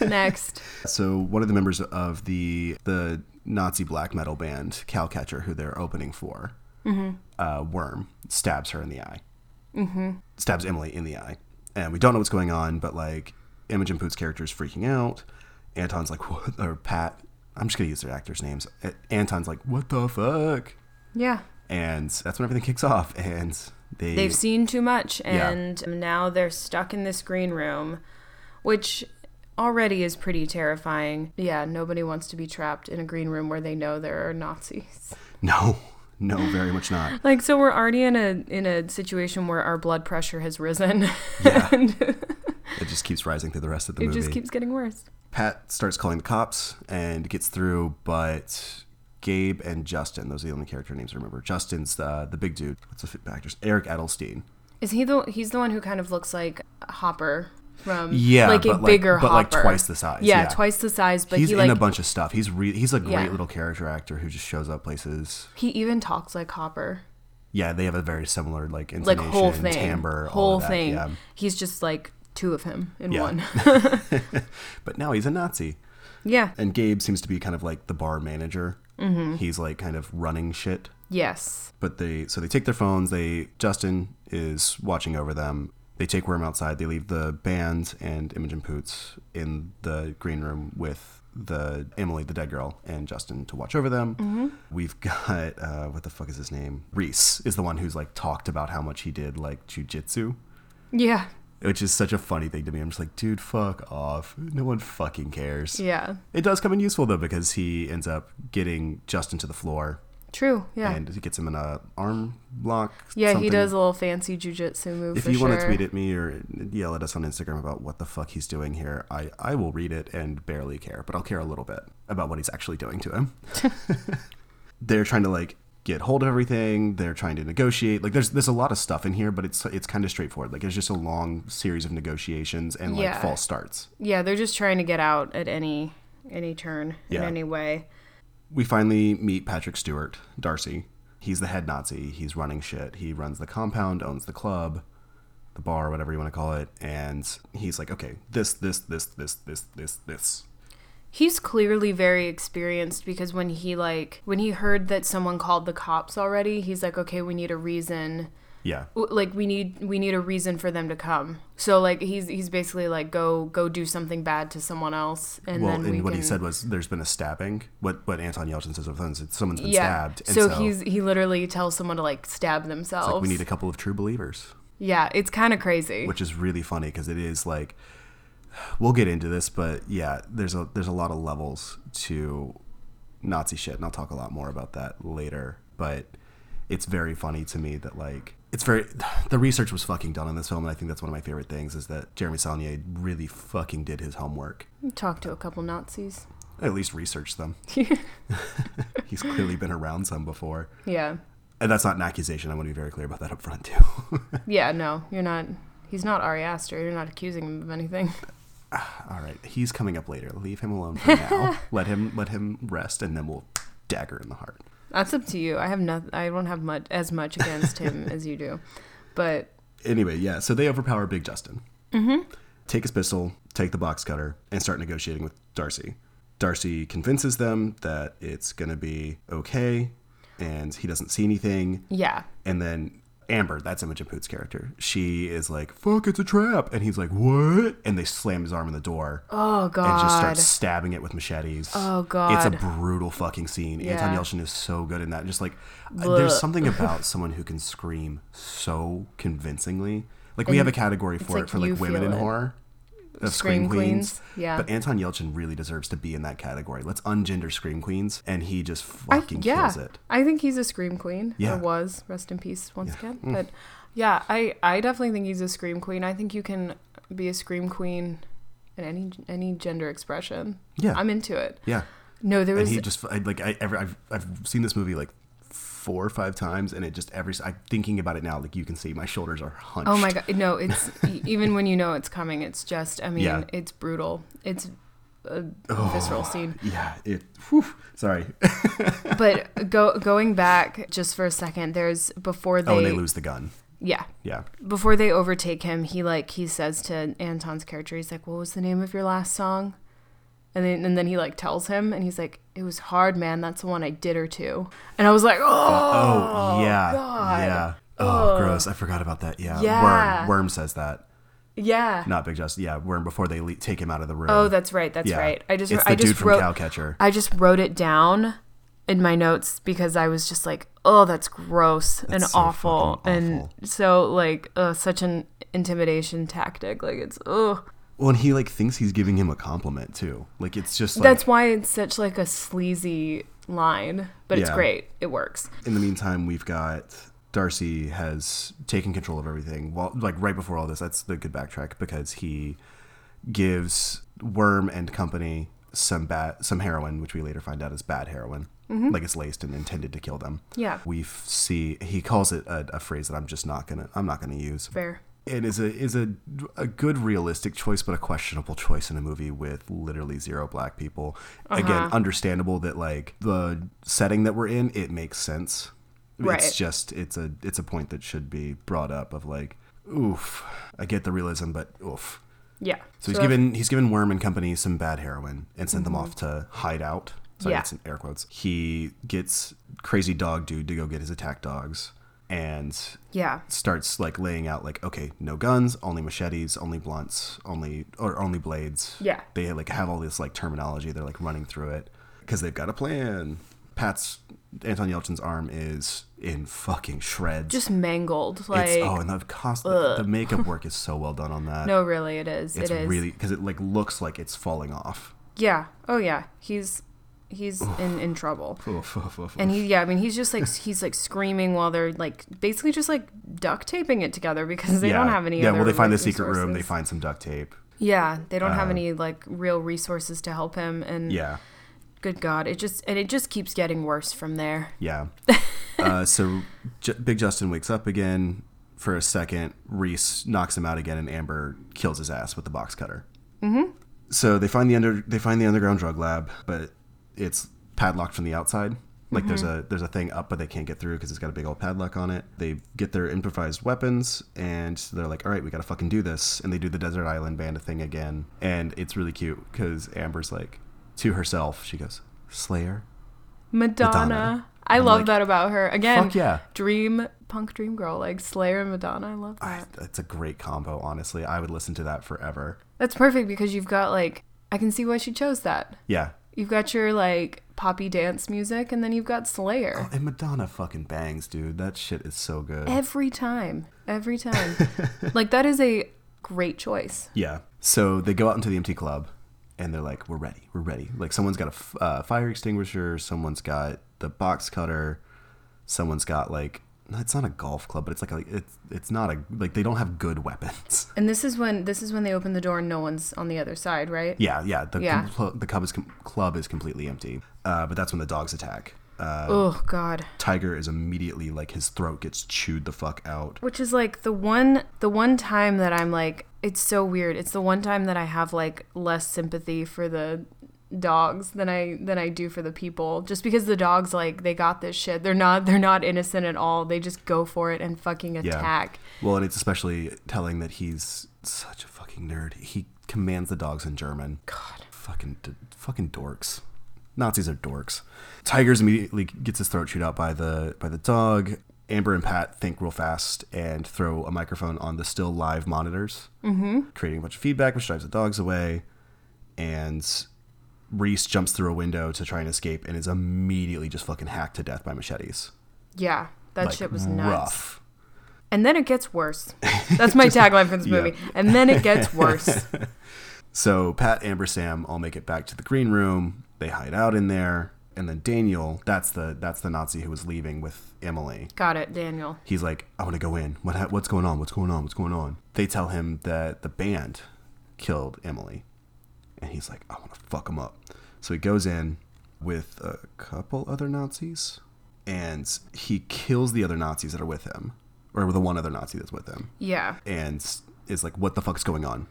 [SPEAKER 1] next.
[SPEAKER 2] so one of the members of the the nazi black metal band cowcatcher who they're opening for
[SPEAKER 1] Mm-hmm.
[SPEAKER 2] uh, worm stabs her in the eye stabs Emily in the eye. And we don't know what's going on, but like Imogen Poot's character is freaking out. Anton's like, what? Or Pat, I'm just going to use their actors' names. A- Anton's like, what the fuck?
[SPEAKER 1] Yeah.
[SPEAKER 2] And that's when everything kicks off. And they.
[SPEAKER 1] They've seen too much
[SPEAKER 2] Yeah.
[SPEAKER 1] and now they're stuck in this green room, which already is pretty terrifying. Yeah, nobody wants to be trapped in a green room where they know there are Nazis.
[SPEAKER 2] no, no, very much not.
[SPEAKER 1] Like so we're already in a in a situation where our blood pressure has risen.
[SPEAKER 2] Yeah. it just keeps rising through the rest of the
[SPEAKER 1] it
[SPEAKER 2] movie.
[SPEAKER 1] just keeps getting worse.
[SPEAKER 2] Pat starts calling the cops and gets through, but Gabe and Justin, those are the only character names I remember. Justin's the, the big dude. What's the f- actor's? Eric Edelstein.
[SPEAKER 1] Is he the? He's the one who kind of looks like Hopper from
[SPEAKER 2] Yeah,
[SPEAKER 1] like a
[SPEAKER 2] but, like-
[SPEAKER 1] bigger
[SPEAKER 2] but, like,
[SPEAKER 1] Hopper,
[SPEAKER 2] twice the size,
[SPEAKER 1] Yeah,
[SPEAKER 2] yeah.
[SPEAKER 1] twice the size, but
[SPEAKER 2] he's
[SPEAKER 1] he
[SPEAKER 2] in
[SPEAKER 1] like
[SPEAKER 2] a bunch of stuff. He's re- he's a great
[SPEAKER 1] Yeah.
[SPEAKER 2] little character actor who just shows up places.
[SPEAKER 1] he even talks like Hopper,
[SPEAKER 2] Yeah, they have a very similar
[SPEAKER 1] like
[SPEAKER 2] like intonation,
[SPEAKER 1] whole thing,
[SPEAKER 2] timbre,
[SPEAKER 1] whole
[SPEAKER 2] all of that,
[SPEAKER 1] thing.
[SPEAKER 2] Yeah.
[SPEAKER 1] He's just like two of him in
[SPEAKER 2] Yeah.
[SPEAKER 1] one.
[SPEAKER 2] But now he's a Nazi.
[SPEAKER 1] yeah.
[SPEAKER 2] And Gabe seems to be kind of like the bar manager. Mm-hmm. He's like kind of running shit.
[SPEAKER 1] Yes.
[SPEAKER 2] But they so they take their phones. They Justin is watching over them. They take Worm outside. They leave the band and Imogen Poots in the green room with the Emily, the dead girl, and Justin to watch over them. We've got uh, what the fuck is his name? Reese is the one who's like talked about how much he did like jujitsu.
[SPEAKER 1] Yeah.
[SPEAKER 2] Which is such a funny thing to me. I'm just like, dude, fuck off. No one fucking cares.
[SPEAKER 1] Yeah.
[SPEAKER 2] It does come in useful though because he ends up getting Justin to the floor
[SPEAKER 1] True. Yeah.
[SPEAKER 2] and he gets him in a arm lock.
[SPEAKER 1] yeah, he
[SPEAKER 2] something.
[SPEAKER 1] does a little fancy jujitsu move.
[SPEAKER 2] If
[SPEAKER 1] for
[SPEAKER 2] you
[SPEAKER 1] sure.
[SPEAKER 2] want to tweet at me or yell at us on Instagram about what the fuck he's doing here, I, I will read it and barely care, but I'll care a little bit about what he's actually doing to him. They're trying to like get hold of everything. They're trying to negotiate. Like there's there's a lot of stuff in here, but it's it's kind of straightforward. Like it's just a long series of negotiations and like
[SPEAKER 1] Yeah.
[SPEAKER 2] false starts.
[SPEAKER 1] Yeah, they're just trying to get out at any any turn in
[SPEAKER 2] Yeah.
[SPEAKER 1] any way.
[SPEAKER 2] we finally meet Patrick Stewart, Darcy. He's the head Nazi. He's running shit. He runs the compound, owns the club, the bar, whatever you want to call it. And he's like, okay, this, this, this, this, this, this, this.
[SPEAKER 1] He's clearly very experienced because when he like when he heard that someone called the cops already, he's like, "Okay, we need a reason.
[SPEAKER 2] Yeah.
[SPEAKER 1] w- Like we need we need a reason for them to come." So like he's he's basically like go go do something bad to someone else and
[SPEAKER 2] well,
[SPEAKER 1] then we
[SPEAKER 2] and what
[SPEAKER 1] can
[SPEAKER 2] he said was, "There's been a stabbing." What what Anton Yelchin says over the phone is, "Someone's been
[SPEAKER 1] yeah.
[SPEAKER 2] stabbed." And
[SPEAKER 1] So, he's he literally tells someone to like stab
[SPEAKER 2] like,
[SPEAKER 1] themselves.
[SPEAKER 2] "We need a couple of true believers,"
[SPEAKER 1] yeah, it's kind of crazy.
[SPEAKER 2] which is really funny because it is like, we'll get into this, but yeah, there's a there's a lot of levels to Nazi shit, and I'll talk a lot more about that later. But it's very funny to me that like it's very the research was fucking done on this film, and I think that's one of my favorite things is that Jeremy Saulnier really fucking did his homework.
[SPEAKER 1] Talk to a couple Nazis.
[SPEAKER 2] At least research them. He's clearly been around some before.
[SPEAKER 1] Yeah.
[SPEAKER 2] And that's not an accusation. I want to be very clear about that up front too.
[SPEAKER 1] Yeah, no, you're not. He's not Ari Aster. You're not accusing him of anything.
[SPEAKER 2] All right, he's coming up later. Leave him alone for now. let him let him rest, and then we'll dagger in the heart.
[SPEAKER 1] That's up to you. I have nothing. I don't have much as much against him as you do, but
[SPEAKER 2] Anyway, yeah. So they overpower Big Justin. Mm-hmm. Take his pistol, take the box cutter, and start negotiating with Darcy. Darcy convinces them that it's gonna be okay, and he doesn't see anything.
[SPEAKER 1] yeah,
[SPEAKER 2] And then Amber, that's Imogen Poot's character, she is like, "Fuck, it's a trap," and he's like, "What?" And they slam his arm in the door.
[SPEAKER 1] Oh,
[SPEAKER 2] And just
[SPEAKER 1] God.
[SPEAKER 2] start stabbing it with machetes.
[SPEAKER 1] Oh,
[SPEAKER 2] It's a
[SPEAKER 1] God.
[SPEAKER 2] brutal fucking scene. Anton
[SPEAKER 1] Yeah.
[SPEAKER 2] Yelchin is so good in that. Just like
[SPEAKER 1] Blech.
[SPEAKER 2] there's something about someone who can scream so convincingly. Like we have a category for
[SPEAKER 1] like
[SPEAKER 2] it for
[SPEAKER 1] you
[SPEAKER 2] like women
[SPEAKER 1] feel
[SPEAKER 2] in
[SPEAKER 1] it.
[SPEAKER 2] horror. Of
[SPEAKER 1] Scream
[SPEAKER 2] scream, queens.
[SPEAKER 1] queens, yeah.
[SPEAKER 2] But Anton Yelchin really deserves to be in that category. Let's ungender scream queens, and he just fucking
[SPEAKER 1] yeah.
[SPEAKER 2] kills it.
[SPEAKER 1] I think he's a scream queen.
[SPEAKER 2] Yeah. Mm.
[SPEAKER 1] or was. Rest in peace once again. But yeah, I I definitely think he's a scream queen. I think you can be a scream queen in any any gender expression.
[SPEAKER 2] Yeah.
[SPEAKER 1] I'm into it.
[SPEAKER 2] Yeah.
[SPEAKER 1] No, there
[SPEAKER 2] And
[SPEAKER 1] was
[SPEAKER 2] he just I, like I ever I've I've seen this movie like four or five times, and it just every I'm thinking about it now. Like you can see my shoulders are hunched.
[SPEAKER 1] Oh my god! No, it's e- even when you know it's coming. It's just, I mean,
[SPEAKER 2] Yeah. Oh.
[SPEAKER 1] it's brutal. It's a visceral scene.
[SPEAKER 2] Yeah, it. Whew, sorry.
[SPEAKER 1] But go going back just for a second, there's before they,
[SPEAKER 2] oh, and they lose the gun.
[SPEAKER 1] yeah,
[SPEAKER 2] Yeah.
[SPEAKER 1] before they overtake him, he like he says to Anton's character, he's like, "What was the name of your last song?" And then and then he like tells him, and he's like, "It was hard, man. That's the one I did her to." And I was like, "Oh,
[SPEAKER 2] Oh, yeah.
[SPEAKER 1] God.
[SPEAKER 2] Yeah. Oh, gross. I forgot about that. Yeah.
[SPEAKER 1] Yeah.
[SPEAKER 2] Worm. Worm says that.
[SPEAKER 1] yeah."
[SPEAKER 2] Not Big Justin. Yeah. Worm before they le- take him out of the room.
[SPEAKER 1] Oh, that's right. That's
[SPEAKER 2] Yeah.
[SPEAKER 1] right. I just
[SPEAKER 2] It's the
[SPEAKER 1] I just
[SPEAKER 2] dude from
[SPEAKER 1] wrote
[SPEAKER 2] Cowcatcher.
[SPEAKER 1] I just wrote it down in my notes because I was just like, oh, that's gross and
[SPEAKER 2] so
[SPEAKER 1] awful.
[SPEAKER 2] fucking
[SPEAKER 1] And
[SPEAKER 2] awful.
[SPEAKER 1] so, like, uh, such an intimidation tactic. Like, it's, ugh.
[SPEAKER 2] Well, and he like thinks he's giving him a compliment too. Like it's just like.
[SPEAKER 1] that's why it's such, like, a sleazy line, but it's
[SPEAKER 2] Yeah.
[SPEAKER 1] great. It works.
[SPEAKER 2] in the meantime, we've got Darcy has taken control of everything. While like right before all this, that's the good backtrack because he gives Worm and company some bad some heroin, which we later find out is bad heroin, like it's laced and intended to kill them.
[SPEAKER 1] Yeah.
[SPEAKER 2] We f- see he calls it a, a phrase that I'm just not gonna I'm not gonna use.
[SPEAKER 1] Fair.
[SPEAKER 2] It is a is a a good realistic choice, but a questionable choice in a movie with literally zero black people.
[SPEAKER 1] Uh-huh.
[SPEAKER 2] Again, understandable that like the setting that we're in, it makes sense.
[SPEAKER 1] Right.
[SPEAKER 2] It's just it's a it's a point that should be brought up of like, oof. I get the realism, but oof.
[SPEAKER 1] Yeah.
[SPEAKER 2] So he's
[SPEAKER 1] if-
[SPEAKER 2] given he's given Worm and company some bad heroin and sent them off to hide out. Sorry,
[SPEAKER 1] Mm-hmm. Yeah.
[SPEAKER 2] that's in air quotes. He gets crazy dog dude to go get his attack dogs and
[SPEAKER 1] Yeah.
[SPEAKER 2] starts like laying out like okay, no guns, only machetes, only blunts, only or only blades.
[SPEAKER 1] Yeah.
[SPEAKER 2] They like have all this like terminology. They're like running through it because they've got a plan. Pat's Anton Yelchin's arm is in fucking shreds.
[SPEAKER 1] Just mangled. Like
[SPEAKER 2] it's, oh, and the cost the, the makeup work is so well done on that
[SPEAKER 1] no, really, it is.
[SPEAKER 2] it's
[SPEAKER 1] it is.
[SPEAKER 2] really because it like looks like it's falling off.
[SPEAKER 1] yeah. Oh yeah. He's he's in in trouble.
[SPEAKER 2] Oof, oof, oof,
[SPEAKER 1] And
[SPEAKER 2] oof.
[SPEAKER 1] he, yeah, I mean, he's just like he's like screaming while they're like basically just like duct taping it together because they don't have any.
[SPEAKER 2] Yeah,
[SPEAKER 1] other,
[SPEAKER 2] well, they find
[SPEAKER 1] like,
[SPEAKER 2] the secret room. They
[SPEAKER 1] resources.
[SPEAKER 2] find some duct tape.
[SPEAKER 1] Yeah, they don't have any like real resources to help him, and
[SPEAKER 2] Yeah,
[SPEAKER 1] good God, it just and it just keeps getting worse from there.
[SPEAKER 2] yeah. uh, so J- Big Justin wakes up again for a second. Reese knocks him out again, and Amber kills his ass with the box cutter. Mm-hmm. So they find the under they find the underground drug lab, but it's padlocked from the outside. Like there's a there's a thing up, but they can't get through because it's got a big old padlock on it. They get their improvised weapons, and they're like, "All right, we gotta fucking do this." And they do the desert island band thing again, and it's really cute because Amber's like to herself, she goes, "Slayer,
[SPEAKER 1] Madonna,
[SPEAKER 2] Madonna.
[SPEAKER 1] I
[SPEAKER 2] I'm
[SPEAKER 1] love
[SPEAKER 2] like,
[SPEAKER 1] that about her. Again,
[SPEAKER 2] fuck yeah."
[SPEAKER 1] dream punk dream girl like Slayer and Madonna. I love that.
[SPEAKER 2] I, it's a great combo, honestly. I would listen to that forever.
[SPEAKER 1] That's perfect because you've got like I can see why she chose that.
[SPEAKER 2] Yeah.
[SPEAKER 1] You've got your like poppy dance music, and then you've got Slayer.
[SPEAKER 2] And Madonna fucking bangs, dude. That shit is so good.
[SPEAKER 1] Every time. Every time. like that is a great choice.
[SPEAKER 2] Yeah. So they go out into the empty club and they're like, we're ready. We're ready. Like, someone's got a f- uh, fire extinguisher. Someone's got the box cutter. Someone's got, like, no, it's not a golf club, but it's like, a, it's, it's not a, like, they don't have good weapons.
[SPEAKER 1] And this is when this is when they open the door and no one's on the other side, right?
[SPEAKER 2] yeah. Yeah. The,
[SPEAKER 1] Yeah.
[SPEAKER 2] Cl- the club is, com- club is completely empty. Uh, but that's when the dogs attack. Uh,
[SPEAKER 1] Oh god.
[SPEAKER 2] Tiger is immediately, like, his throat gets chewed the fuck out.
[SPEAKER 1] Which is like the one the one time that I'm like it's so weird. It's the one time that I have like less sympathy for the dogs than I than I do for the people. Just because the dogs like they got this shit. They're not they're not innocent at all. They just go for it and fucking attack.
[SPEAKER 2] Well, and it's especially telling that he's such a fucking nerd. He commands the dogs in German. God, fucking, d- fucking dorks. Nazis are dorks. Tigers immediately gets his throat chewed out by the by the dog. Amber and Pat think real fast and throw a microphone on the still live monitors, mm-hmm. creating a bunch of feedback, which drives the dogs away. And Reese jumps through a window to try and escape and is immediately just fucking hacked to death by machetes.
[SPEAKER 1] Yeah. That
[SPEAKER 2] Like,
[SPEAKER 1] shit was nuts.
[SPEAKER 2] rough.
[SPEAKER 1] And then it gets worse. That's my tagline for this
[SPEAKER 2] yeah.
[SPEAKER 1] movie. And then it gets worse.
[SPEAKER 2] So Pat, Amber, Sam all make it back to the green room. They hide out in there, and then Daniel, that's the that's the Nazi who was leaving with Emily.
[SPEAKER 1] Got it, Daniel.
[SPEAKER 2] He's like, "I want to go in. What ha- what's going on? What's going on? What's going on?" They tell him that the band killed Emily, and he's like, "I want to fuck them up." So he goes in with a couple other Nazis, and he kills the other Nazis that are with him, or the one other Nazi that's with him
[SPEAKER 1] Yeah.
[SPEAKER 2] and is like, "What the fuck's going on?"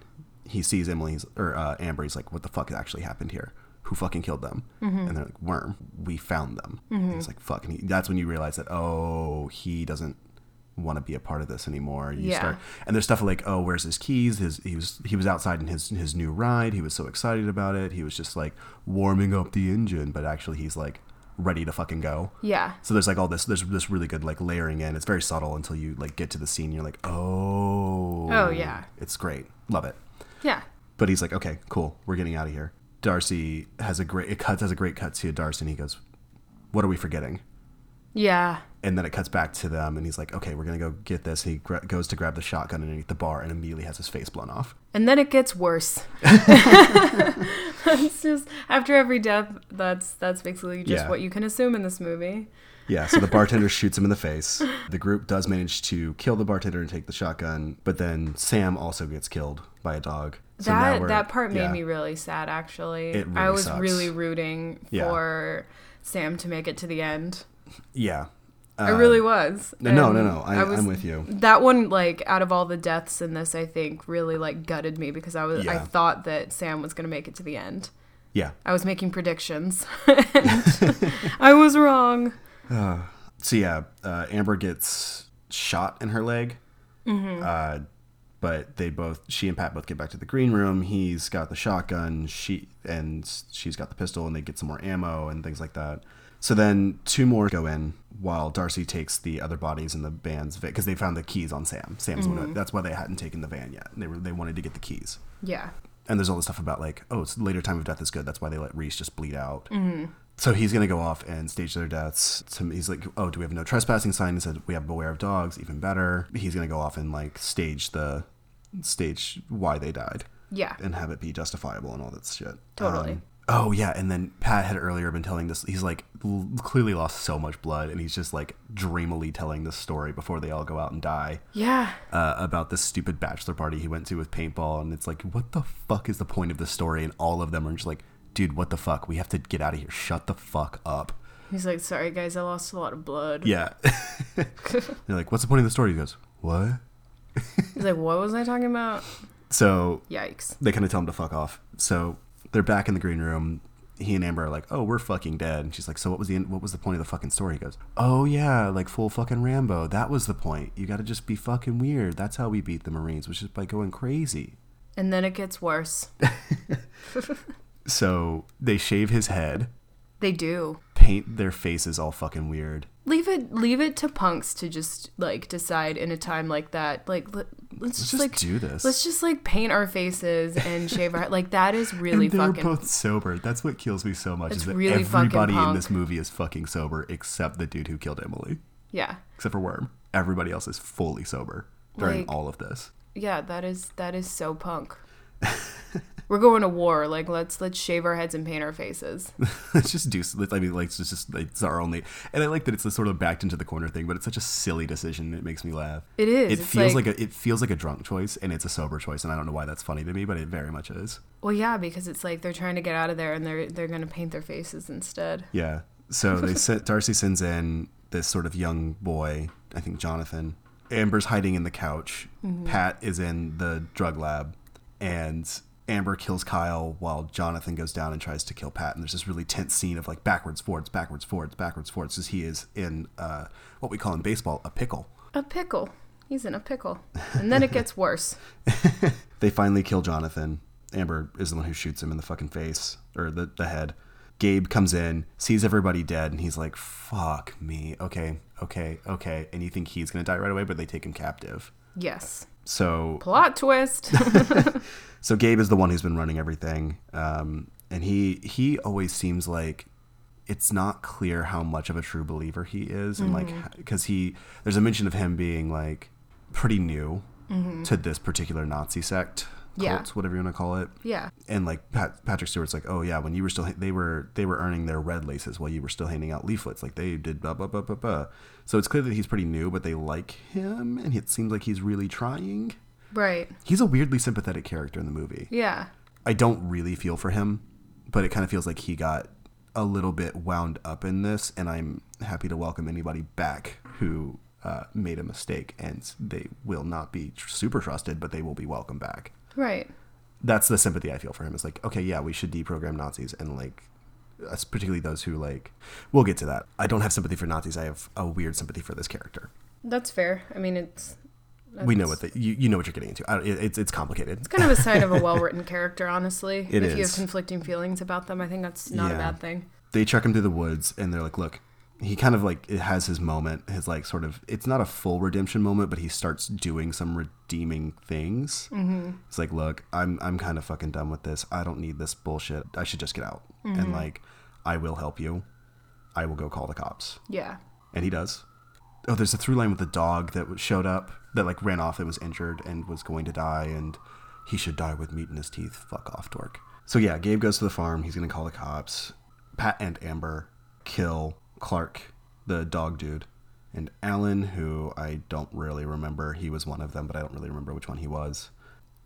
[SPEAKER 2] He sees Emily's or uh, Amber. He's like, "What the fuck actually happened here? Who fucking killed them?" And they're like, "Worm, we found them." And he's like, "Fuck!" And he, that's when you realize that oh, he doesn't want to be a part of this anymore. You
[SPEAKER 1] Yeah.
[SPEAKER 2] start, and there's stuff like, "Oh, where's his keys?" His he was he was outside in his his new ride. He was so excited about it. He was just like warming up the engine, but actually he's like ready to fucking go.
[SPEAKER 1] Yeah.
[SPEAKER 2] So there's like all this there's this really good like layering in. It's very subtle until you like get to the scene. You're like, oh,
[SPEAKER 1] Oh, yeah.
[SPEAKER 2] it's great, love it.
[SPEAKER 1] Yeah.
[SPEAKER 2] But he's like, okay, cool, we're getting out of here. Darcy has a great it cuts has a great cut to Darcy, and he goes, what are we forgetting?
[SPEAKER 1] Yeah.
[SPEAKER 2] and then it cuts back to them and he's like okay we're gonna go get this he gra- goes to grab the shotgun underneath the bar and immediately has his face blown off
[SPEAKER 1] And then it gets worse. it's just after every death, that's that's basically just
[SPEAKER 2] Yeah.
[SPEAKER 1] what you can assume in this movie.
[SPEAKER 2] yeah so the bartender shoots him in the face the group does manage to kill the bartender and take the shotgun but then sam also gets killed by a dog So now
[SPEAKER 1] that
[SPEAKER 2] we're-
[SPEAKER 1] that part made
[SPEAKER 2] yeah.
[SPEAKER 1] me really sad actually.
[SPEAKER 2] It
[SPEAKER 1] I
[SPEAKER 2] really
[SPEAKER 1] was
[SPEAKER 2] sucks.
[SPEAKER 1] really rooting
[SPEAKER 2] Yeah.
[SPEAKER 1] for Sam to make it to the end.
[SPEAKER 2] yeah
[SPEAKER 1] I really was.
[SPEAKER 2] Um, no
[SPEAKER 1] And
[SPEAKER 2] no no, no. I,
[SPEAKER 1] Um, I was
[SPEAKER 2] i'm with you
[SPEAKER 1] that one like out of all the deaths in this i think really like gutted me because i was i
[SPEAKER 2] Yeah.
[SPEAKER 1] thought that sam was going to make it to the end
[SPEAKER 2] yeah
[SPEAKER 1] i was making predictions and i was wrong
[SPEAKER 2] so yeah uh, amber gets shot in her leg uh, but they both she and pat both get back to the green room he's got the shotgun she and she's got the pistol and they get some more ammo and things like that so then two more go in while darcy takes the other bodies in the van's because they found the keys on sam sam's one of- that's why they hadn't taken the van yet they were they wanted to get the keys
[SPEAKER 1] yeah
[SPEAKER 2] and there's all this stuff about like oh it's later time of death is good that's why they let reese just bleed out so he's gonna go off and stage their deaths To- he's like oh do we have no trespassing sign he said we have beware of dogs even better he's gonna go off and like stage the stage why they died
[SPEAKER 1] yeah
[SPEAKER 2] and have it be justifiable and all that shit
[SPEAKER 1] Totally.
[SPEAKER 2] Um, oh yeah and then pat had earlier been telling this he's like l- clearly lost so much blood and he's just like dreamily telling this story before they all go out and die
[SPEAKER 1] yeah
[SPEAKER 2] uh, about this stupid bachelor party he went to with paintball, and it's like, what the fuck is the point of this story? And all of them are just like, dude, what the fuck? We have to get out of here. Shut the fuck up.
[SPEAKER 1] he's like sorry guys i lost a lot of blood
[SPEAKER 2] Yeah. They're like, what's the point of the story? He goes, what?
[SPEAKER 1] he's like what was i talking about
[SPEAKER 2] So
[SPEAKER 1] yikes
[SPEAKER 2] they kind of tell him to fuck off. So they're back in the green room. He and Amber are like, "Oh, we're fucking dead." And she's like, "So what was the what was the point of the fucking story?" He goes, "Oh yeah, like full fucking Rambo. That was the point. You got to just be fucking weird. That's how we beat the Marines, which is by going crazy."
[SPEAKER 1] and then it gets worse
[SPEAKER 2] So they shave his head,
[SPEAKER 1] they do
[SPEAKER 2] paint their faces all fucking weird.
[SPEAKER 1] leave it leave it to punks to just like decide in a time like that like let, let's
[SPEAKER 2] Let's
[SPEAKER 1] just,
[SPEAKER 2] just
[SPEAKER 1] like
[SPEAKER 2] do this.
[SPEAKER 1] let's just like paint our faces and shave our like that is really
[SPEAKER 2] and they're
[SPEAKER 1] fucking
[SPEAKER 2] both sober. That's what kills me so much
[SPEAKER 1] It's
[SPEAKER 2] is that
[SPEAKER 1] really fucking
[SPEAKER 2] everybody in
[SPEAKER 1] punk.
[SPEAKER 2] this movie is fucking sober except the dude who killed Emily,
[SPEAKER 1] yeah
[SPEAKER 2] except for Worm. Everybody else is fully sober during
[SPEAKER 1] Like-
[SPEAKER 2] all of this.
[SPEAKER 1] Yeah, that is that is so punk. We're going to war. Like let's let's shave our heads and paint our faces.
[SPEAKER 2] let's just do. I mean, like, it's just like, it's our only. And I like that it's the sort of backed into the corner thing, but it's such a silly decision. It makes me laugh.
[SPEAKER 1] It is.
[SPEAKER 2] It
[SPEAKER 1] It's
[SPEAKER 2] feels
[SPEAKER 1] like-
[SPEAKER 2] like, a it feels like a drunk choice, and it's a sober choice, and I don't know why that's funny to me, but it very much is.
[SPEAKER 1] Well, yeah, because it's like they're trying to get out of there and they're they're gonna paint their faces instead.
[SPEAKER 2] Yeah. So they sent Darcy sends in this sort of young boy, I think Jonathan. Amber's hiding in the couch. Pat is in the drug lab, and Amber kills Kyle while Jonathan goes down and tries to kill Pat. And there's this really tense scene of like backwards, forwards, backwards, forwards, backwards, forwards, because he is in uh, what we call in baseball a pickle.
[SPEAKER 1] A pickle. He's in a pickle. And then it gets worse.
[SPEAKER 2] They finally kill Jonathan. Amber is the one who shoots him in the fucking face or the, the head. Gabe comes in, sees everybody dead, and he's like, fuck me. Okay, okay, okay. And you think he's going to die right away, but they take him captive.
[SPEAKER 1] Yes.
[SPEAKER 2] So,
[SPEAKER 1] Plot twist.
[SPEAKER 2] so Gabe is the one who's been running everything. Um, and he, he always seems like it's not clear how much of a true believer he is. And like, because he, there's a mention of him being like pretty new to this particular Nazi sect,
[SPEAKER 1] Yeah.
[SPEAKER 2] cult, whatever you want to call it.
[SPEAKER 1] yeah.
[SPEAKER 2] and like Pat, Patrick Stewart's like, oh yeah, when you were still they were they were earning their red laces while you were still handing out leaflets, like they did blah blah blah blah blah. So it's clear that he's pretty new, but they like him, and it seems like he's really trying.
[SPEAKER 1] Right.
[SPEAKER 2] He's a weirdly sympathetic character in the movie.
[SPEAKER 1] Yeah.
[SPEAKER 2] I don't really feel for him, but it kind of feels like he got a little bit wound up in this, and I'm happy to welcome anybody back who uh, made a mistake, and they will not be tr- super trusted, but they will be welcome back
[SPEAKER 1] Right.
[SPEAKER 2] that's the sympathy I feel for him. It's like, okay, yeah, we should deprogram Nazis and like, us- particularly those who like. We'll get to that. I don't have sympathy for Nazis. I have a weird sympathy for this character.
[SPEAKER 1] That's fair. I mean it's
[SPEAKER 2] we know what the, you you know what you're getting into. I, it, it's it's complicated.
[SPEAKER 1] kind of a sign of a well written character, honestly.
[SPEAKER 2] It
[SPEAKER 1] if you
[SPEAKER 2] is.
[SPEAKER 1] have conflicting feelings about them, I think that's not a
[SPEAKER 2] Yeah.
[SPEAKER 1] bad thing.
[SPEAKER 2] They chuck him through the woods and they're like, look. He kind of like it has his moment, his like sort of it's not a full redemption moment, but he starts doing some redeeming things. Mm-hmm. It's like, look, I'm I'm kind of fucking done with this. I don't need this bullshit. I should just get out. And like, I will help you. I will go call the cops.
[SPEAKER 1] Yeah.
[SPEAKER 2] and he does. Oh, there's a through line with the dog that showed up that like ran off and was injured and was going to die, and he should die with meat in his teeth. Fuck off, dork. So yeah, Gabe goes to the farm. He's gonna call the cops. Pat and Amber kill Clark, the dog dude, and Alan, who I don't really remember. He was one of them, but I don't really remember which one he was.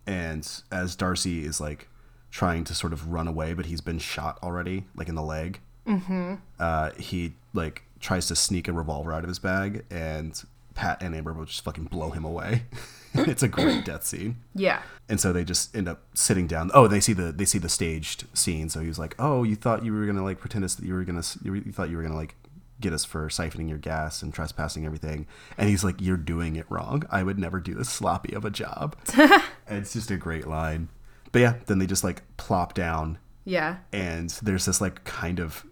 [SPEAKER 2] And as Darcy is like trying to sort of run away, but he's been shot already, like in the leg. Mm-hmm. Uh, he like tries to sneak a revolver out of his bag, and Pat and Amber will just fucking blow him away. it's a great death scene
[SPEAKER 1] Yeah.
[SPEAKER 2] and so they just end up sitting down. Oh, they see the they see the staged scene. So he was like, "Oh, you thought you were gonna like pretend us that you were gonna s- you, were- you thought you were gonna like get us for siphoning your gas and trespassing everything." And he's like, "You're doing it wrong. I would never do this sloppy of a job." And it's just a great line. But yeah, then they just like plop down,
[SPEAKER 1] Yeah.
[SPEAKER 2] and there's this like kind of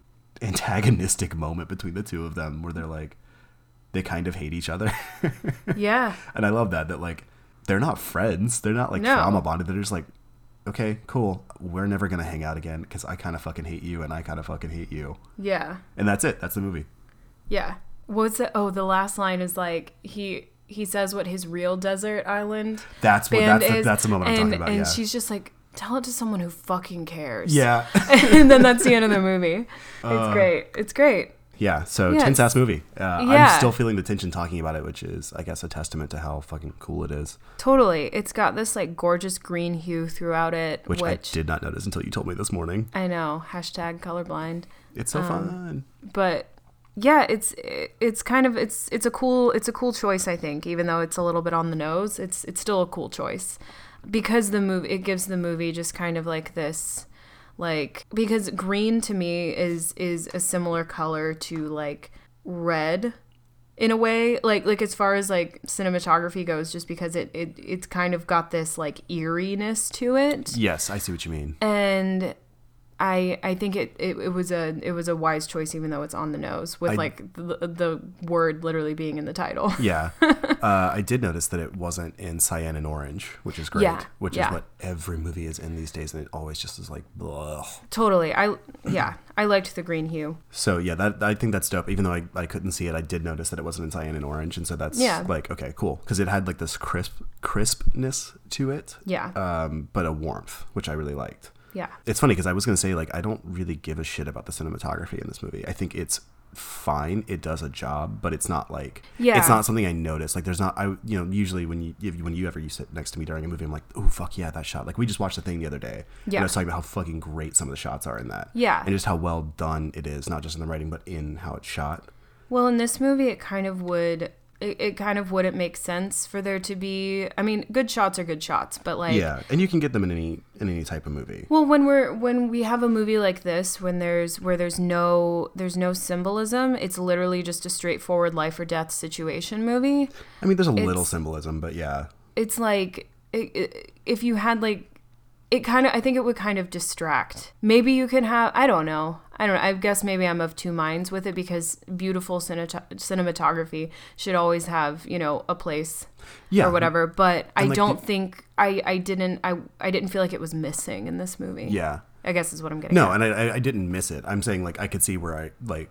[SPEAKER 2] antagonistic moment between the two of them where they're like, they kind of hate each other.
[SPEAKER 1] Yeah.
[SPEAKER 2] And I love that that like they're not friends. They're not like
[SPEAKER 1] No.
[SPEAKER 2] trauma bonded. They're just like, okay, cool. We're never gonna hang out again because I kind of fucking hate you and I kind of fucking hate you.
[SPEAKER 1] Yeah.
[SPEAKER 2] And that's it. That's the movie.
[SPEAKER 1] Yeah. What's the oh the last line is like he he says what his real desert island
[SPEAKER 2] That's what.
[SPEAKER 1] band
[SPEAKER 2] That's the,
[SPEAKER 1] is,
[SPEAKER 2] that's the moment
[SPEAKER 1] and,
[SPEAKER 2] I'm talking about.
[SPEAKER 1] And
[SPEAKER 2] yeah.
[SPEAKER 1] she's just like, tell it to someone who fucking cares.
[SPEAKER 2] yeah. Uh.
[SPEAKER 1] and then that's the end of the movie. it's great. It's great.
[SPEAKER 2] yeah. So
[SPEAKER 1] Yeah,
[SPEAKER 2] tense
[SPEAKER 1] it's-
[SPEAKER 2] ass movie. Uh,
[SPEAKER 1] Yeah.
[SPEAKER 2] I'm still feeling the tension talking about it, which is, I guess, a testament to how fucking cool it is,
[SPEAKER 1] Totally. It's got this like gorgeous green hue throughout it,
[SPEAKER 2] which,
[SPEAKER 1] which,
[SPEAKER 2] I did not notice until you told me this morning.
[SPEAKER 1] I know. Hashtag colorblind.
[SPEAKER 2] It's
[SPEAKER 1] Um,
[SPEAKER 2] so fun.
[SPEAKER 1] But yeah, it's it's kind of it's it's a cool it's a cool choice I think, even though it's a little bit on the nose. It's it's still a cool choice because the movie it gives the movie just kind of like this like because green to me is is a similar color to like red in a way like like as far as like cinematography goes just because it, it it's kind of got this like eeriness to it
[SPEAKER 2] Yes, I see what you mean.
[SPEAKER 1] and I I think it, it, it was a it was a wise choice even though it's on the nose with
[SPEAKER 2] I-
[SPEAKER 1] like the, the word literally being in the title.
[SPEAKER 2] Yeah. uh, I did notice that it wasn't in cyan and orange, which is great,
[SPEAKER 1] Yeah,
[SPEAKER 2] which
[SPEAKER 1] yeah.
[SPEAKER 2] is what every movie is in these days. And it always just is like, blah.
[SPEAKER 1] totally. I yeah, I liked the green hue.
[SPEAKER 2] So, yeah, that I think that's dope. Even though I, I couldn't see it, I did notice that it wasn't in cyan and orange. And so that's
[SPEAKER 1] Yeah.
[SPEAKER 2] like, okay, cool. Because it had like this crisp crispness to it,
[SPEAKER 1] Yeah.
[SPEAKER 2] um, but a warmth, which I really liked.
[SPEAKER 1] yeah.
[SPEAKER 2] It's funny because I was going to say, like, I don't really give a shit about the cinematography in this movie. I think it's fine. It does a job, but it's not like,
[SPEAKER 1] Yeah.
[SPEAKER 2] it's not something I notice. Like, there's not, I, you know, usually when you, if, when you ever you sit next to me during a movie, I'm like, oh, fuck yeah, that shot. Like, we just watched the thing the other day. And
[SPEAKER 1] Yeah.
[SPEAKER 2] I was talking about how fucking great some of the shots are in that.
[SPEAKER 1] Yeah.
[SPEAKER 2] And just how well done it is, not just in the writing, but in how it's shot.
[SPEAKER 1] Well, in this movie it kind of would it, it kind of wouldn't make sense for there to be I mean, good shots are good shots, but like
[SPEAKER 2] yeah. And you can get them in any, in any type of movie.
[SPEAKER 1] Well, when we're when we have a movie like this, when there's where there's no there's no symbolism, it's literally just a straightforward life or death situation movie.
[SPEAKER 2] I mean, there's a little symbolism, but yeah.
[SPEAKER 1] It's like it, it, if you had like it kind of I think it would kind of distract. Maybe you can have I don't know. I don't know. I guess maybe I'm of two minds with it because beautiful cineto- cinematography should always have, you know, a place
[SPEAKER 2] Yeah.
[SPEAKER 1] or whatever, but I
[SPEAKER 2] And, like,
[SPEAKER 1] don't
[SPEAKER 2] the-
[SPEAKER 1] think I I didn't I I didn't feel like it was missing in this movie.
[SPEAKER 2] Yeah.
[SPEAKER 1] I guess is what I'm getting at.
[SPEAKER 2] No, and I, I- I didn't miss it. I'm saying like I could see where I like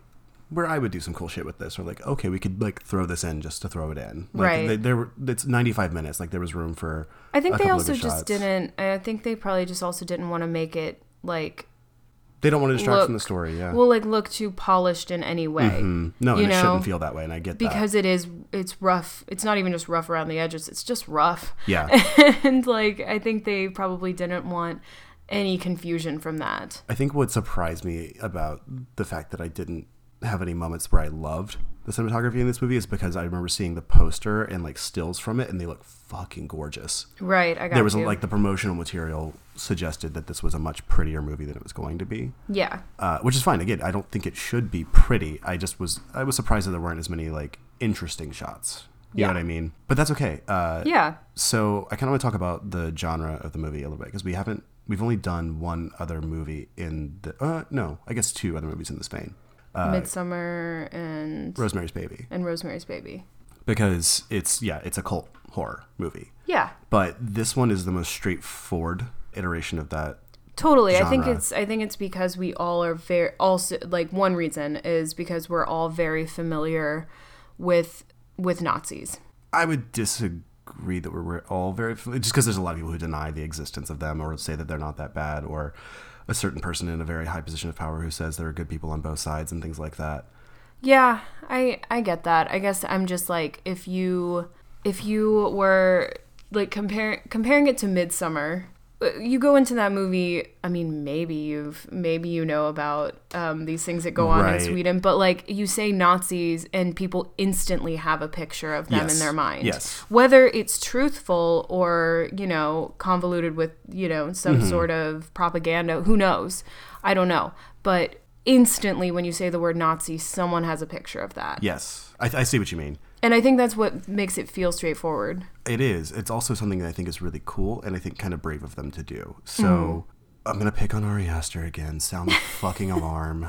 [SPEAKER 2] where I would do some cool shit with this, or like okay, we could like throw this in just to throw it in. Like,
[SPEAKER 1] Right.
[SPEAKER 2] They, there were it's 95 minutes. Like there was room for.
[SPEAKER 1] I think
[SPEAKER 2] a
[SPEAKER 1] they
[SPEAKER 2] couple of
[SPEAKER 1] also
[SPEAKER 2] good shots.
[SPEAKER 1] just didn't. I think they probably just also didn't want to make it like
[SPEAKER 2] They don't want to distract from the
[SPEAKER 1] look-
[SPEAKER 2] story. Yeah.
[SPEAKER 1] well, like look too polished in any way
[SPEAKER 2] Mm. no,
[SPEAKER 1] you
[SPEAKER 2] and it
[SPEAKER 1] know,
[SPEAKER 2] shouldn't feel that way, and I get that.
[SPEAKER 1] because it is. It's rough. It's not even just rough around the edges. It's just rough,
[SPEAKER 2] Yeah.
[SPEAKER 1] and like I think they probably didn't want any confusion from that.
[SPEAKER 2] I think what surprised me about the fact that I didn't have any moments where I loved the cinematography in this movie is because I remember seeing the poster and like stills from it, and they look fucking gorgeous.
[SPEAKER 1] Right. I got
[SPEAKER 2] there was a,
[SPEAKER 1] you.
[SPEAKER 2] like the promotional material suggested that this was a much prettier movie than it was going to be,
[SPEAKER 1] yeah.
[SPEAKER 2] uh, which is fine. Again, I don't think it should be pretty. I just was I was surprised that there weren't as many like interesting shots. You know
[SPEAKER 1] Yeah.
[SPEAKER 2] what I mean? But that's okay. Uh,
[SPEAKER 1] Yeah.
[SPEAKER 2] So I kind of want to talk about the genre of the movie a little bit because we haven't we've only done one other movie in the uh, no I guess two other movies in this vein.
[SPEAKER 1] Midsummer and
[SPEAKER 2] Rosemary's Baby
[SPEAKER 1] and Rosemary's Baby.
[SPEAKER 2] because it's yeah it's a cult horror movie,
[SPEAKER 1] Yeah.
[SPEAKER 2] but this one is the most straightforward iteration of that
[SPEAKER 1] Totally. I think
[SPEAKER 2] genre.
[SPEAKER 1] it's I think it's because we all are very also like one reason is because we're all very familiar with with Nazis.
[SPEAKER 2] I would disagree that we're, we're all very familiar, just because there's a lot of people who deny the existence of them or say that they're not that bad, or a certain person in a very high position of power who says there are good people on both sides and things like that.
[SPEAKER 1] Yeah, I I get that. I guess I'm just like if you if you were like comparing comparing it to Midsummer, uh, you go into that movie. I mean, maybe you've maybe you know about um, these things that go on
[SPEAKER 2] Right.
[SPEAKER 1] in Sweden, but like you say Nazis and people instantly have a picture of them in
[SPEAKER 2] Yes.
[SPEAKER 1] their mind.
[SPEAKER 2] Yes.
[SPEAKER 1] Whether it's truthful or you know convoluted with you know some sort of propaganda, who knows? I don't know, but instantly when you say the word Nazi, someone has a picture of that.
[SPEAKER 2] Yes, I, I see what you mean.
[SPEAKER 1] And I think that's what makes it feel straightforward.
[SPEAKER 2] It is. It's also something that I think is really cool and I think kind of brave of them to do. So I'm going to pick on Ari Aster again. Sound the fucking alarm.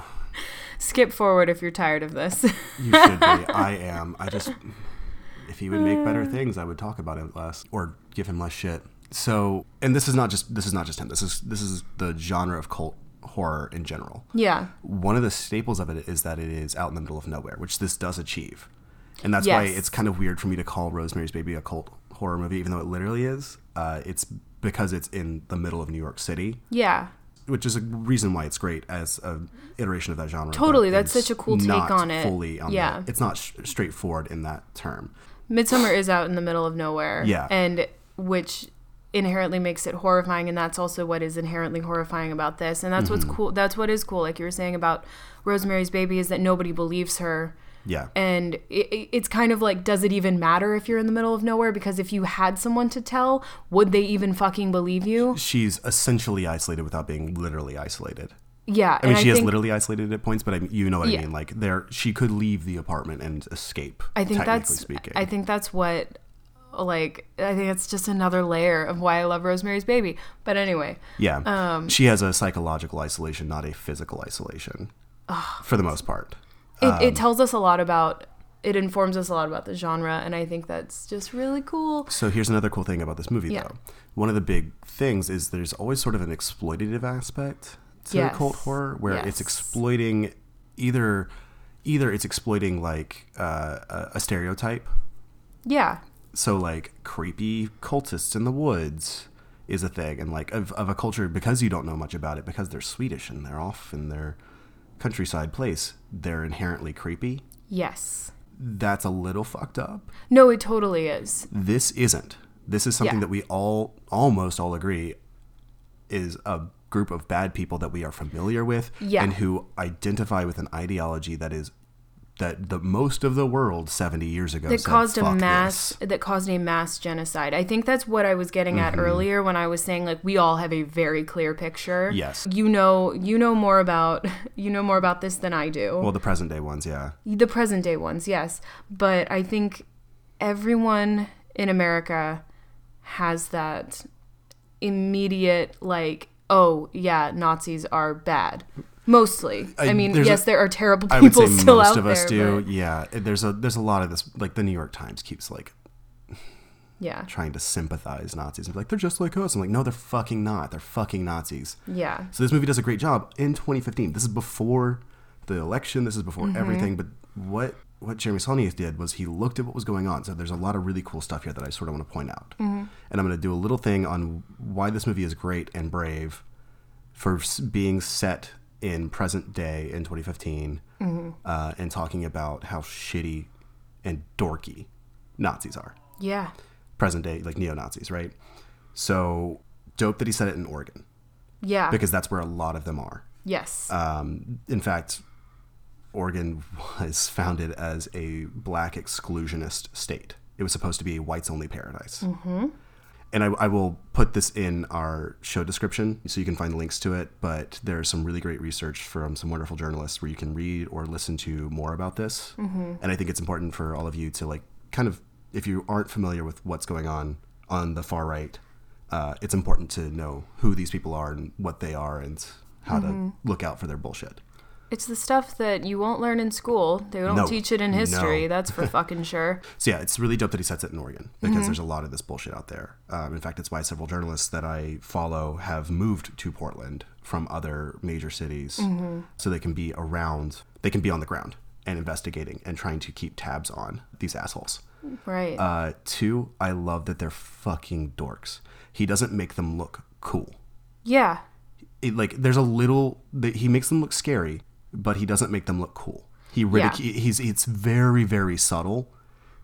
[SPEAKER 1] Skip forward if you're tired of this.
[SPEAKER 2] You should be. I am. I just. If he would make better things, I would talk about him less or give him less shit. So, and this is not just this is not just him. This is this is the genre of cult horror in general.
[SPEAKER 1] yeah.
[SPEAKER 2] One of the staples of it is that it is out in the middle of nowhere, which this does achieve, and that's why
[SPEAKER 1] Yes.
[SPEAKER 2] it's kind of weird for me to call Rosemary's Baby a cult horror movie, even though it literally is. Uh, it's because it's in the middle of New York City,
[SPEAKER 1] Yeah.
[SPEAKER 2] which is a reason why it's great as a iteration of that genre. but
[SPEAKER 1] Totally, that's
[SPEAKER 2] it's
[SPEAKER 1] such a cool take
[SPEAKER 2] not
[SPEAKER 1] on it.
[SPEAKER 2] Fully, on
[SPEAKER 1] Yeah.
[SPEAKER 2] the- it's not sh- straightforward in that term.
[SPEAKER 1] Midsummer is out in the middle of nowhere.
[SPEAKER 2] Yeah.
[SPEAKER 1] And which inherently makes it horrifying and that's also what is inherently horrifying about this. And that's
[SPEAKER 2] Mm-hmm.
[SPEAKER 1] what's cool that's what is cool like you were saying about Rosemary's Baby is that nobody believes her.
[SPEAKER 2] Yeah,
[SPEAKER 1] and it, it- it's kind of like does it even matter if you're in the middle of nowhere because if you had someone to tell would they even fucking believe you
[SPEAKER 2] she's essentially isolated without being literally isolated.
[SPEAKER 1] yeah
[SPEAKER 2] I mean,
[SPEAKER 1] and
[SPEAKER 2] she
[SPEAKER 1] I
[SPEAKER 2] is
[SPEAKER 1] think,
[SPEAKER 2] literally isolated at points, but I, you know what
[SPEAKER 1] Yeah.
[SPEAKER 2] I mean. Like there, she could leave the apartment and escape.
[SPEAKER 1] i think
[SPEAKER 2] technically
[SPEAKER 1] that's
[SPEAKER 2] speaking.
[SPEAKER 1] i think that's what like i think it's just another layer of why i love rosemary's baby but anyway
[SPEAKER 2] yeah,
[SPEAKER 1] um,
[SPEAKER 2] she has a psychological isolation, not a physical isolation, for the most part.
[SPEAKER 1] it, it tells us a lot about it informs us a lot about the genre and i think that's just really cool
[SPEAKER 2] So here's another cool thing about this movie,
[SPEAKER 1] Yeah.
[SPEAKER 2] though. One of the big things is there's always sort of an exploitative aspect to
[SPEAKER 1] Yes.
[SPEAKER 2] cult horror, where it's
[SPEAKER 1] Yes.
[SPEAKER 2] exploiting either either it's exploiting like uh, a, a stereotype,
[SPEAKER 1] yeah
[SPEAKER 2] so like creepy cultists in the woods is a thing, and like of, of a culture because you don't know much about it because they're Swedish and they're off in their countryside place, they're inherently creepy.
[SPEAKER 1] yes
[SPEAKER 2] That's a little fucked up
[SPEAKER 1] no it totally is
[SPEAKER 2] this isn't. This is something
[SPEAKER 1] Yeah.
[SPEAKER 2] that we all almost all agree is a group of bad people that we are familiar with
[SPEAKER 1] Yeah.
[SPEAKER 2] and who identify with an ideology that is that the most of the world 70 years ago
[SPEAKER 1] that
[SPEAKER 2] said,
[SPEAKER 1] caused a
[SPEAKER 2] "Fuck
[SPEAKER 1] mass
[SPEAKER 2] this."
[SPEAKER 1] that caused a mass genocide. I think that's what I was getting at earlier when I was saying like we all have a very clear picture.
[SPEAKER 2] Yes.
[SPEAKER 1] You know you know more about you know more about this than I do.
[SPEAKER 2] Well, the present day ones, yeah.
[SPEAKER 1] the present day ones, yes, but I think everyone in America has that immediate like oh yeah Nazis are bad mostly. I,
[SPEAKER 2] I-
[SPEAKER 1] mean
[SPEAKER 2] there's a-
[SPEAKER 1] yes there are terrible
[SPEAKER 2] I would
[SPEAKER 1] people
[SPEAKER 2] say
[SPEAKER 1] still
[SPEAKER 2] most
[SPEAKER 1] out
[SPEAKER 2] of us
[SPEAKER 1] there.
[SPEAKER 2] do.
[SPEAKER 1] but-
[SPEAKER 2] Yeah, there's a there's a lot of this like the New York Times keeps like
[SPEAKER 1] yeah.
[SPEAKER 2] trying to sympathize Nazis and be like they're just like us. I'm like no, they're fucking not. They're fucking Nazis.
[SPEAKER 1] Yeah.
[SPEAKER 2] So this movie does a great job in 2015. This is before the election. This is before everything. But what what Jeremy Saulnier did was he looked at what was going on. So there's a lot of really cool stuff here that I sort of want to point out. And I'm going to do a little thing on why this movie is great and brave for s- being set in present day in 2015 uh, and talking about how shitty and dorky Nazis are
[SPEAKER 1] Yeah.
[SPEAKER 2] present day like neo-Nazis, right? So dope that he said it in Oregon
[SPEAKER 1] Yeah.
[SPEAKER 2] because that's where a lot of them are.
[SPEAKER 1] yes.
[SPEAKER 2] Um, in fact, Oregon was founded as a black exclusionist state. It was supposed to be a whites only paradise. Mm-hmm. And I, I will put this in our show description so you can find links to it. But there's some really great research from some wonderful journalists where you can read or listen to more about this. Mm-hmm. And I think it's important for all of you to, like, kind of, if you aren't familiar with what's going on on the far right, uh, it's Mm-hmm. important to know who these people are and what they are and how to look out for their bullshit.
[SPEAKER 1] It's the stuff that you won't learn in school. They don't
[SPEAKER 2] No.
[SPEAKER 1] teach it in history.
[SPEAKER 2] No.
[SPEAKER 1] That's for fucking sure.
[SPEAKER 2] So yeah, it's really dope that he sets it in Oregon because there's a lot of this bullshit out there. Um, in fact, it's why several journalists that I follow have moved to Portland from other major cities, so they can be around, they can be on the ground and investigating and trying to keep tabs on these assholes.
[SPEAKER 1] Right.
[SPEAKER 2] Uh, two, I love that they're fucking dorks. He doesn't make them look cool.
[SPEAKER 1] yeah.
[SPEAKER 2] It, like there's a little that he makes them look scary, but he doesn't make them look cool. He ridic- he's it's very very subtle,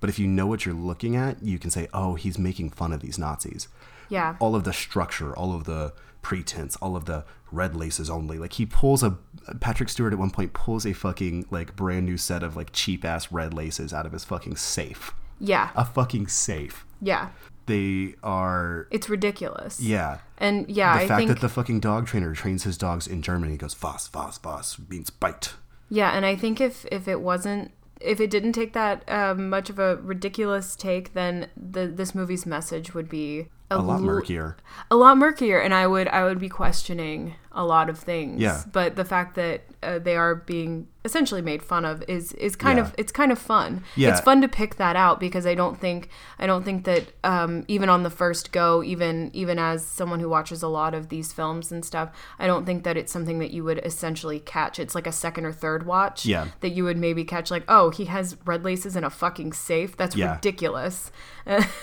[SPEAKER 2] but if you know what you're looking at, you can say, "Oh, he's making fun of these Nazis."
[SPEAKER 1] Yeah.
[SPEAKER 2] All of the structure, all of the pretense, all of the red laces only. Like he pulls a Patrick Stewart at one point pulls a fucking like brand new set of like cheap ass red laces out of his fucking safe.
[SPEAKER 1] Yeah.
[SPEAKER 2] A fucking safe.
[SPEAKER 1] Yeah.
[SPEAKER 2] They are
[SPEAKER 1] It's ridiculous.
[SPEAKER 2] yeah.
[SPEAKER 1] And yeah,
[SPEAKER 2] the
[SPEAKER 1] I
[SPEAKER 2] fact
[SPEAKER 1] think
[SPEAKER 2] that the fucking dog trainer trains his dogs in Germany goes Voss, Voss, Voss means bite.
[SPEAKER 1] Yeah, and I think if if it wasn't if it didn't take that um, much of a ridiculous take, then the, this movie's message would be
[SPEAKER 2] A lot
[SPEAKER 1] l-
[SPEAKER 2] murkier.
[SPEAKER 1] a lot murkier, and I would I would be questioning a lot of things.
[SPEAKER 2] Yeah.
[SPEAKER 1] But the fact that uh, they are being essentially made fun of is is kind
[SPEAKER 2] Yeah.
[SPEAKER 1] of it's kind of fun.
[SPEAKER 2] Yeah.
[SPEAKER 1] It's fun to pick that out because I don't think I don't think that um, even on the first go, even even as someone who watches a lot of these films and stuff, I don't think that it's something that you would essentially catch. It's like a second or third watch
[SPEAKER 2] Yeah.
[SPEAKER 1] that you would maybe catch like, oh, he has red laces in a fucking safe. That's
[SPEAKER 2] Yeah.
[SPEAKER 1] ridiculous.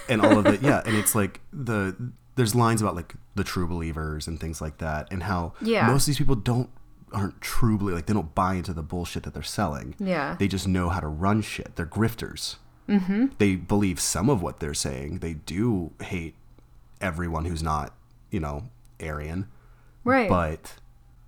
[SPEAKER 2] And all of it, yeah. And it's like the there's lines about like the true believers and things like that, and how
[SPEAKER 1] Yeah.
[SPEAKER 2] most of these people don't aren't true believers. Like they don't buy into the bullshit that they're selling.
[SPEAKER 1] Yeah.
[SPEAKER 2] They just know how to run shit. They're grifters. Mm-hmm. They believe some of what they're saying. They do hate everyone who's not, you know, Aryan.
[SPEAKER 1] right.
[SPEAKER 2] but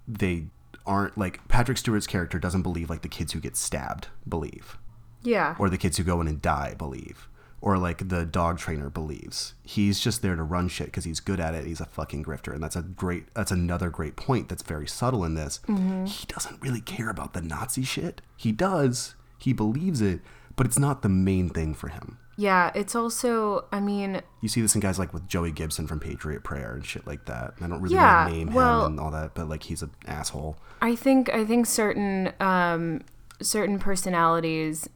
[SPEAKER 2] they aren't like Patrick Stewart's character doesn't believe like the kids who get stabbed believe
[SPEAKER 1] yeah.
[SPEAKER 2] or the kids who go in and die believe or like the dog trainer believes. He's just there to run shit because he's good at it. He's a fucking grifter and that's a great that's another great point that's very subtle in this.
[SPEAKER 1] Mm-hmm.
[SPEAKER 2] He doesn't really care about the Nazi shit. He does. He believes it, but it's not the main thing for him.
[SPEAKER 1] Yeah, it's also, I mean,
[SPEAKER 2] You see this in guys like with Joey Gibson from Patriot Prayer and shit like that. I don't really
[SPEAKER 1] Yeah,
[SPEAKER 2] want to name
[SPEAKER 1] well-
[SPEAKER 2] him and all that, but like he's an asshole.
[SPEAKER 1] I think I think certain um, certain personalities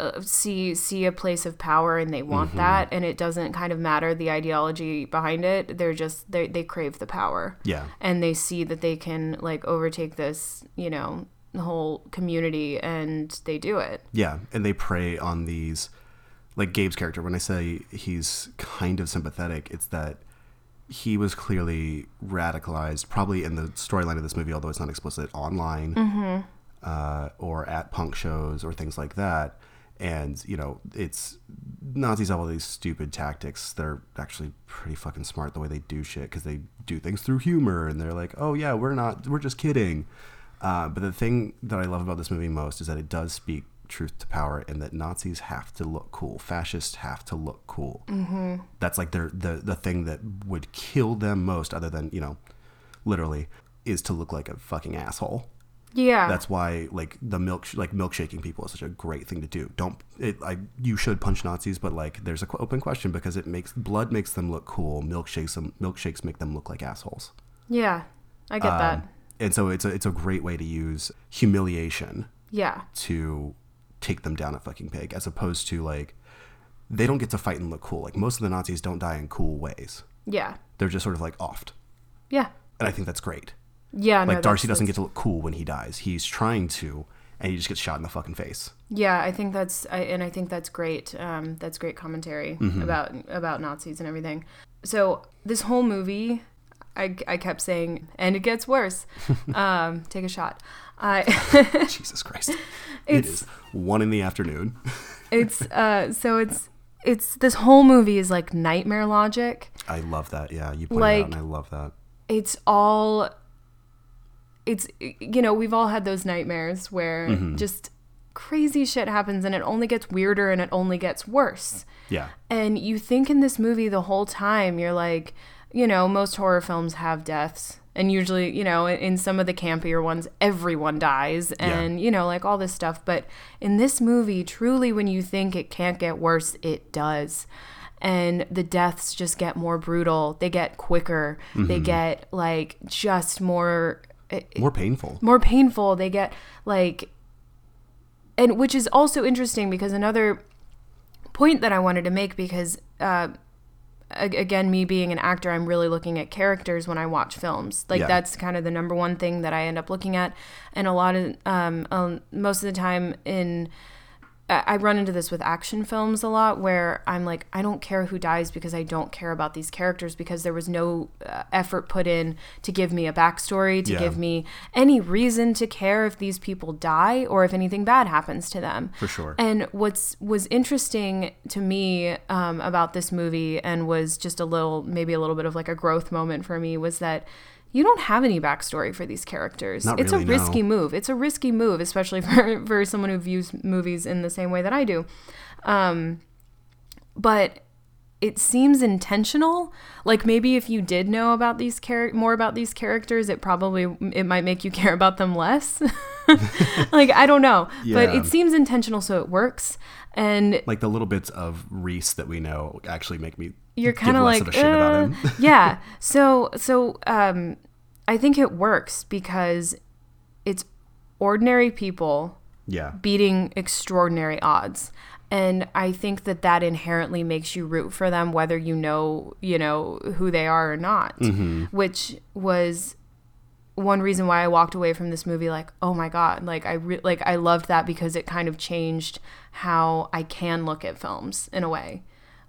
[SPEAKER 1] uh, see see a place of power and they
[SPEAKER 2] Mm-hmm.
[SPEAKER 1] want that, and it doesn't kind of matter the ideology behind it. They're just they they crave the power,
[SPEAKER 2] Yeah.
[SPEAKER 1] and they see that they can like overtake this, you know, whole community, and they do it.
[SPEAKER 2] Yeah, and they prey on these, like Gabe's character. When I say he's kind of sympathetic, it's that he was clearly radicalized, probably in the storyline of this movie, although it's not explicit, online uh, or at punk shows or things like that. And you know, it's Nazis have all these stupid tactics. They're actually pretty fucking smart the way they do shit because they do things through humor, and they're like, "Oh yeah, we're not, we're just kidding." Uh, but the thing that I love about this movie most is that it does speak truth to power, and that Nazis have to look cool, fascists have to look cool. Mm-hmm. That's like their the the thing that would kill them most, other than you know, literally, is to look like a fucking asshole
[SPEAKER 1] Yeah,
[SPEAKER 2] that's why like the milk like milkshaking people is such a great thing to do don't it, i you should punch nazis but like there's a qu- open question because it makes blood makes them look cool milkshakes them milkshakes make them look like assholes Um,
[SPEAKER 1] yeah, I get that.
[SPEAKER 2] and so it's a it's a great way to use humiliation
[SPEAKER 1] Yeah,
[SPEAKER 2] to take them down a fucking peg as opposed to like they don't get to fight and look cool like most of the nazis don't die in cool ways
[SPEAKER 1] yeah,
[SPEAKER 2] they're just sort of like offed
[SPEAKER 1] yeah,
[SPEAKER 2] and i think that's great
[SPEAKER 1] yeah. no,
[SPEAKER 2] like
[SPEAKER 1] that's-
[SPEAKER 2] darcy doesn't
[SPEAKER 1] that's-
[SPEAKER 2] get to look cool when he dies he's trying to and he just gets shot in the fucking face
[SPEAKER 1] Yeah, I think that's I, and I think that's great. Um, that's great commentary about about Nazis and everything. So this whole movie, I, I kept saying, and it gets worse. um, take a shot. I
[SPEAKER 2] Jesus Christ. it
[SPEAKER 1] It's-
[SPEAKER 2] is one in the afternoon.
[SPEAKER 1] it's uh, so it's it's this whole movie is like nightmare logic.
[SPEAKER 2] I love that. Yeah, you pointed
[SPEAKER 1] Like-
[SPEAKER 2] out, and I love that.
[SPEAKER 1] it's all it's you know we've all had those nightmares where just crazy shit happens and it only gets weirder and it only gets worse
[SPEAKER 2] Yeah.
[SPEAKER 1] and you think in this movie the whole time you're like you know most horror films have deaths and usually you know in- in some of the campier ones everyone dies and you know like all this stuff but in this movie truly when you think it can't get worse it does and the deaths just get more brutal they get quicker they get like just more it,
[SPEAKER 2] More painful.
[SPEAKER 1] more painful. They get like, and which is also interesting because another point that I wanted to make because, uh, a- again, me being an actor, I'm really looking at characters when I watch films. Like
[SPEAKER 2] Yeah.
[SPEAKER 1] that's kind of the number one thing that I end up looking at, and a lot of um, um most of the time in. I I run into this with action films a lot where I'm like, I don't care who dies because I don't care about these characters because there was no uh, effort put in to give me a backstory, to
[SPEAKER 2] Yeah.
[SPEAKER 1] give me any reason to care if these people die or if anything bad happens to them.
[SPEAKER 2] For sure.
[SPEAKER 1] And what's was interesting to me um, about this movie and was just a little, maybe a little bit of like a growth moment for me was that you don't have any backstory for these characters.
[SPEAKER 2] Not
[SPEAKER 1] it's
[SPEAKER 2] really,
[SPEAKER 1] a
[SPEAKER 2] no.
[SPEAKER 1] risky move. It's a risky move, especially for for someone who views movies in the same way that I do. Um, but it seems intentional. Like maybe if you did know about these char- more about these characters, it probably it might make you care about them less. like I don't know, but
[SPEAKER 2] Yeah.
[SPEAKER 1] it seems intentional, so it works. And
[SPEAKER 2] Like the little bits of Reese that we know actually make me
[SPEAKER 1] you're
[SPEAKER 2] give
[SPEAKER 1] kind of
[SPEAKER 2] less
[SPEAKER 1] like
[SPEAKER 2] of a shit about
[SPEAKER 1] "Uh,
[SPEAKER 2] him.
[SPEAKER 1] yeah. So so um, I think it works because it's ordinary people
[SPEAKER 2] Yeah.
[SPEAKER 1] beating extraordinary odds. And I think that that inherently makes you root for them, whether you know, you know, who they are or not, which was one reason why I walked away from this movie like, oh my God, like I re- like I loved that because it kind of changed how I can look at films in a way.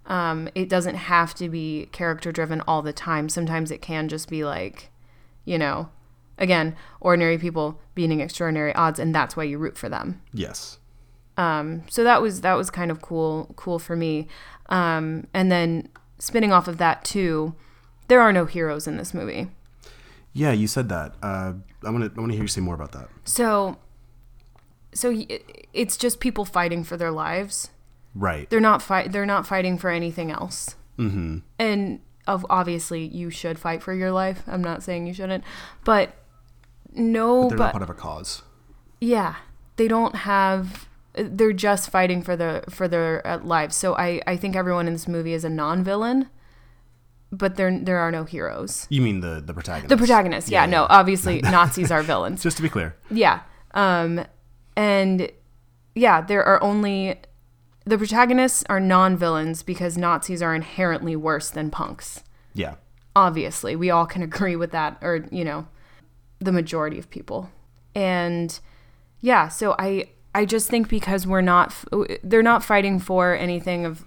[SPEAKER 1] Um, it doesn't have to be character driven all the time. Sometimes it can just be like, you know, again, ordinary people beating extraordinary odds, and that's why you root for them
[SPEAKER 2] Yes.
[SPEAKER 1] so that was that was kind of cool cool for me um and then spinning off of that too there are no heroes in this movie
[SPEAKER 2] Yeah, you said that. Uh, I want to. I want to hear you say more about that.
[SPEAKER 1] so so y- it's just people fighting for their lives
[SPEAKER 2] Right.
[SPEAKER 1] they're not fight they're not fighting for anything else mm-hmm. and of obviously you should fight for your life i'm not saying you shouldn't but no
[SPEAKER 2] They're
[SPEAKER 1] but
[SPEAKER 2] not part of a cause.
[SPEAKER 1] yeah they don't have they're just fighting for their for their uh, lives so i i think everyone in this movie is a non-villain but there there are no heroes
[SPEAKER 2] You mean the the protagonist?
[SPEAKER 1] the protagonist yeah,
[SPEAKER 2] Yeah,
[SPEAKER 1] no
[SPEAKER 2] yeah.
[SPEAKER 1] obviously nazis are villains
[SPEAKER 2] Just to be clear.
[SPEAKER 1] yeah um and yeah there are only the protagonists are non-villains because nazis are inherently worse than punks
[SPEAKER 2] Yeah.
[SPEAKER 1] obviously we all can agree with that or you know the majority of people and yeah so i i just think because we're not f- they're not fighting for anything of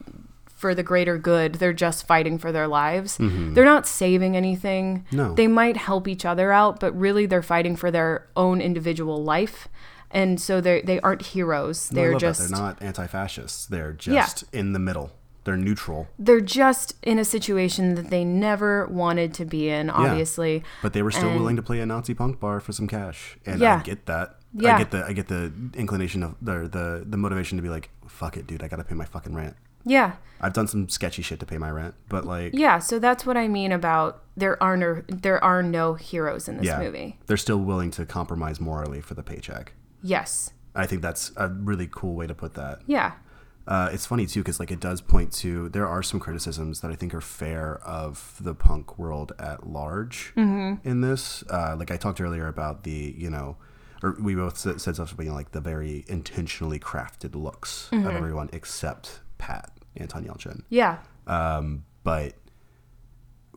[SPEAKER 1] for the greater good they're just fighting for their lives they're not saving anything
[SPEAKER 2] Mm-hmm. No.
[SPEAKER 1] they might help each other out but really they're fighting for their own individual life and so they they aren't heroes
[SPEAKER 2] I
[SPEAKER 1] they're
[SPEAKER 2] love
[SPEAKER 1] just
[SPEAKER 2] that. They're not anti-fascists. They're just in the middle. They're neutral,
[SPEAKER 1] they're just in a situation that they never wanted to be in obviously
[SPEAKER 2] but they were still
[SPEAKER 1] And-
[SPEAKER 2] willing to play a Nazi punk bar for some cash. And
[SPEAKER 1] Yeah.
[SPEAKER 2] I get that.
[SPEAKER 1] Yeah.
[SPEAKER 2] I get the I get the inclination of the the the motivation to be like, fuck it, dude. I gotta pay my fucking rent.
[SPEAKER 1] yeah
[SPEAKER 2] I've done some sketchy shit to pay my rent, but like,
[SPEAKER 1] Yeah, so that's what I mean about there are no there are no heroes in this
[SPEAKER 2] yeah,
[SPEAKER 1] movie.
[SPEAKER 2] they're still willing to compromise morally for the paycheck.
[SPEAKER 1] Yes.
[SPEAKER 2] I think that's a really cool way to put that.
[SPEAKER 1] Yeah.
[SPEAKER 2] Uh, it's funny too because like it does point to there are some criticisms that I think are fair of the punk world at large in this. Uh, like I talked earlier about the you know, or we both said, said stuff about you know, like the very intentionally crafted looks of everyone except Pat Anton Yelchin.
[SPEAKER 1] Yeah.
[SPEAKER 2] But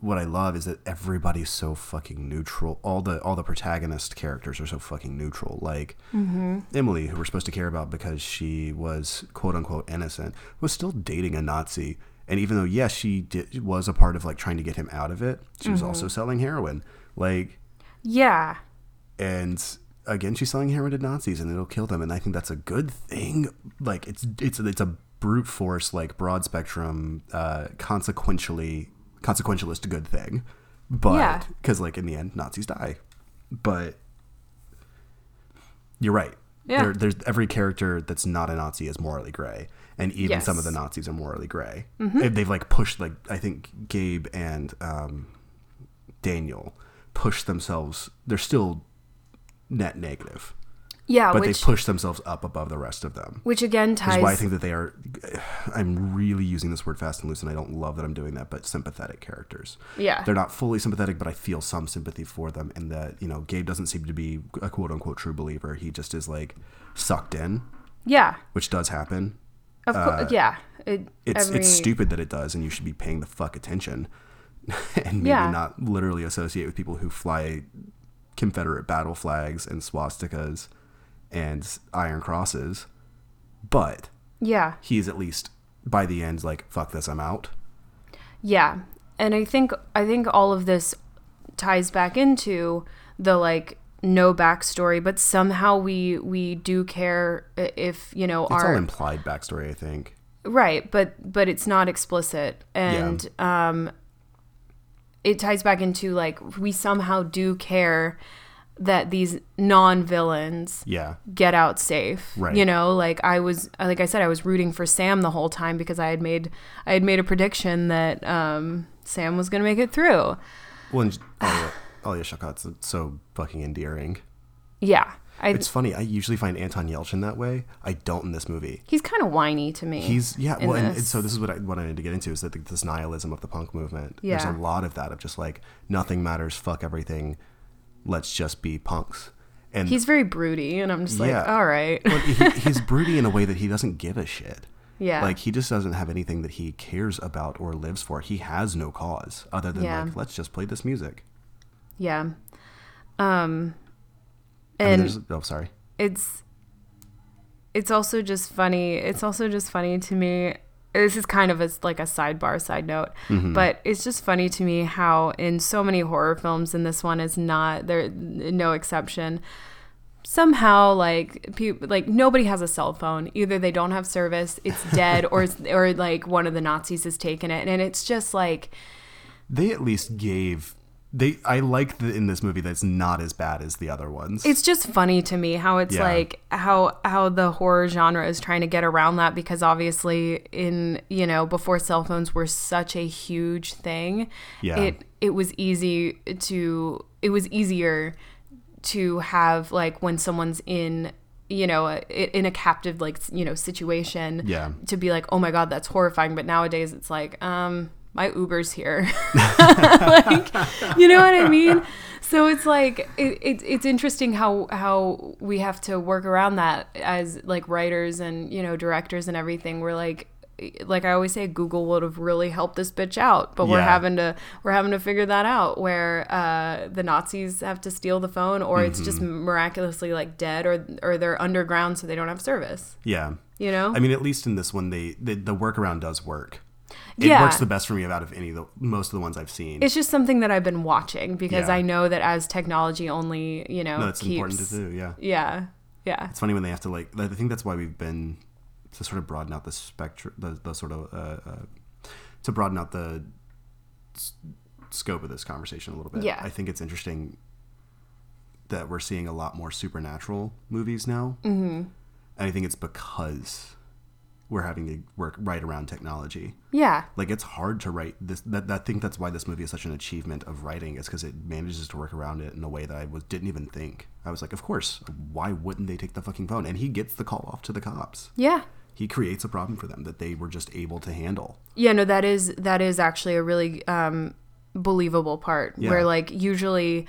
[SPEAKER 2] what I love is that everybody's so fucking neutral. All the all the protagonist characters are so fucking neutral. Like Emily, who we're supposed to care about because she was quote unquote innocent, was still dating a Nazi. And even though yes, she did, was a part of like trying to get him out of it, she was also selling heroin. Like
[SPEAKER 1] Yeah.
[SPEAKER 2] and again, she's selling heroin to Nazis, and it'll kill them. And I think that's a good thing. Like it's it's it's a brute force, like broad spectrum, uh, consequentially consequentialist good thing.
[SPEAKER 1] Yeah.
[SPEAKER 2] But because like in the end, Nazis die. But you're right.
[SPEAKER 1] Yeah.
[SPEAKER 2] There, there's every character that's not a Nazi is morally gray, and even some of
[SPEAKER 1] Yes. Mm-hmm.
[SPEAKER 2] the Nazis are morally gray. They- They've like pushed like I think Gabe and um, Daniel push themselves. They're still net negative,
[SPEAKER 1] Yeah,
[SPEAKER 2] but
[SPEAKER 1] Uh, which
[SPEAKER 2] they push themselves up above the rest of them.
[SPEAKER 1] which again
[SPEAKER 2] Which is why I
[SPEAKER 1] ties
[SPEAKER 2] think that they are I'm really using this word fast and loose, and I don't love that I'm doing that, but sympathetic characters.
[SPEAKER 1] Yeah.
[SPEAKER 2] They're not fully sympathetic, but I feel some sympathy for them. And that, you know, Gabe doesn't seem to be a quote unquote true believer. He just is like sucked in,
[SPEAKER 1] Yeah.
[SPEAKER 2] which does happen.
[SPEAKER 1] Of course. yeah. It,
[SPEAKER 2] uh, It's
[SPEAKER 1] every-
[SPEAKER 2] it's stupid that it does, and you should be paying the fuck attention, and maybe
[SPEAKER 1] Yeah.
[SPEAKER 2] not literally associate with people who fly Confederate battle flags and swastikas and iron crosses. But
[SPEAKER 1] Yeah.
[SPEAKER 2] he's at least by the end like fuck this, I'm out.
[SPEAKER 1] Yeah. And I think I think all of this ties back into the like no backstory, but somehow we we do care i- if, you know,
[SPEAKER 2] It's
[SPEAKER 1] our
[SPEAKER 2] all implied backstory, I think.
[SPEAKER 1] Right, but but it's not explicit, and um, it ties back into like we somehow do care that these non-villains
[SPEAKER 2] Yeah,
[SPEAKER 1] get out safe.
[SPEAKER 2] Right.
[SPEAKER 1] You know, like I was, like I said, I was rooting for Sam the whole time because I had made I had made a prediction that um, Sam was going to make it through.
[SPEAKER 2] well, and Alia, Alia Shawkat's so fucking endearing.
[SPEAKER 1] Yeah, I,
[SPEAKER 2] It's funny. I usually find Anton Yelchin that way. I don't in this movie.
[SPEAKER 1] he's kind of whiny to me.
[SPEAKER 2] He's yeah.
[SPEAKER 1] in
[SPEAKER 2] Well, and, and
[SPEAKER 1] this.
[SPEAKER 2] so this is what I what I need to get into is that the, this nihilism of the punk movement.
[SPEAKER 1] Yeah.
[SPEAKER 2] There's a lot of that of just like nothing matters, fuck everything, let's just be punks. And
[SPEAKER 1] he's very broody, and I'm just like,
[SPEAKER 2] Yeah.
[SPEAKER 1] all right,
[SPEAKER 2] but he, he's broody in a way that he doesn't give a shit.
[SPEAKER 1] yeah,
[SPEAKER 2] Like he just doesn't have anything that he cares about or lives for. He has no cause other than
[SPEAKER 1] Yeah.
[SPEAKER 2] like let's just play this music.
[SPEAKER 1] yeah, um,
[SPEAKER 2] I mean,
[SPEAKER 1] and.
[SPEAKER 2] there's- oh, sorry.
[SPEAKER 1] it's it's also just funny it's also just funny to me this is kind of a, like a sidebar side note but it's just funny to me how in so many horror films and this one is not there no exception somehow like people like nobody has a cell phone either they don't have service it's dead or it's, or like one of the nazis has taken it and it's just like
[SPEAKER 2] They at least gave. They I like the, in this movie that it's not as bad as the other ones.
[SPEAKER 1] it's just funny to me how it's
[SPEAKER 2] Yeah.
[SPEAKER 1] like how how the horror genre is trying to get around that because obviously in you know before cell phones were such a huge thing
[SPEAKER 2] Yeah.
[SPEAKER 1] it it was easy to it was easier to have like when someone's in you know a, in a captive like you know situation
[SPEAKER 2] Yeah.
[SPEAKER 1] to be like oh my god that's horrifying but nowadays it's like um my uber's here you know what I mean? So it's like it, it, it's interesting how how we have to work around that as like writers and you know directors and everything. We're like like I always say, Google would have really helped this bitch out, but we're
[SPEAKER 2] Yeah.
[SPEAKER 1] having to we're having to figure that out where uh, the Nazis have to steal the phone, or it's just
[SPEAKER 2] Mm-hmm.
[SPEAKER 1] miraculously like dead, or or they're underground so they don't have service.
[SPEAKER 2] yeah.
[SPEAKER 1] You know?
[SPEAKER 2] I mean, at least in this one, they the, the workaround does work. It
[SPEAKER 1] Yeah.
[SPEAKER 2] works the best for me out of any of the most of the ones I've seen.
[SPEAKER 1] it's just something that I've been watching because
[SPEAKER 2] Yeah.
[SPEAKER 1] I know that as technology only, you know,
[SPEAKER 2] no, it's
[SPEAKER 1] keeps.
[SPEAKER 2] important to do. Yeah,
[SPEAKER 1] Yeah, yeah.
[SPEAKER 2] it's funny when they have to like. I think that's why we've been to sort of broaden out the spectrum, the, the sort of uh, uh, to broaden out the s- scope of this conversation a little bit.
[SPEAKER 1] Yeah.
[SPEAKER 2] I think it's interesting that we're seeing a lot more supernatural movies now,
[SPEAKER 1] Mm-hmm.
[SPEAKER 2] and I think it's because we're having to work right around technology.
[SPEAKER 1] Yeah,
[SPEAKER 2] like it's hard to write this that, that- i think that's why this movie is such an achievement of writing is because it manages to work around it in a way that i was didn't even think i was like of course why wouldn't they take the fucking phone and he gets the call off to the cops
[SPEAKER 1] yeah.
[SPEAKER 2] he creates a problem for them that they were just able to handle
[SPEAKER 1] Yeah, no, that is that is actually a really um, believable part
[SPEAKER 2] Yeah.
[SPEAKER 1] where like usually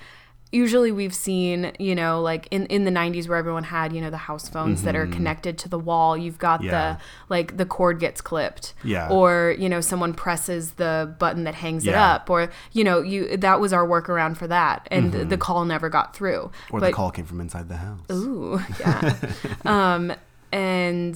[SPEAKER 1] usually we've seen you know like in in the 90s where everyone had you know the house phones that are connected to the wall you've got
[SPEAKER 2] Mm-hmm. Yeah.
[SPEAKER 1] the like the cord gets clipped
[SPEAKER 2] Yeah.
[SPEAKER 1] or you know someone presses the button that hangs it
[SPEAKER 2] Yeah.
[SPEAKER 1] up or you know you that was our workaround for that and the, the call never got through
[SPEAKER 2] Mm-hmm. or the
[SPEAKER 1] But-
[SPEAKER 2] call came from inside the house
[SPEAKER 1] Ooh, yeah. um, and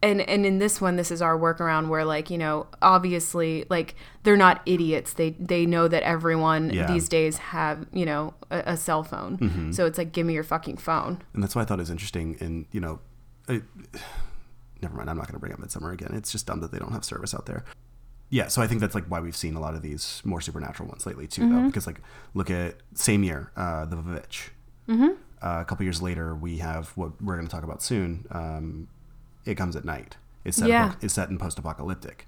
[SPEAKER 1] and and in this one, this is our workaround where, like, you know, obviously, like, they're not idiots. They they know that everyone
[SPEAKER 2] Yeah.
[SPEAKER 1] these days have, you know, a, a cell phone. So it's like, give me your fucking phone.
[SPEAKER 2] and that's why i thought it was interesting and you know it, never mind i'm not going to bring up midsummer again it's just dumb that they don't have service out there yeah so i think that's like why we've seen a lot of these more supernatural ones lately too though because like look at same year uh, the Vavitch. Uh, a couple years later, we have what we're going to talk about soon. Um, it comes at night. It's set,
[SPEAKER 1] Yeah.
[SPEAKER 2] it's set in post-apocalyptic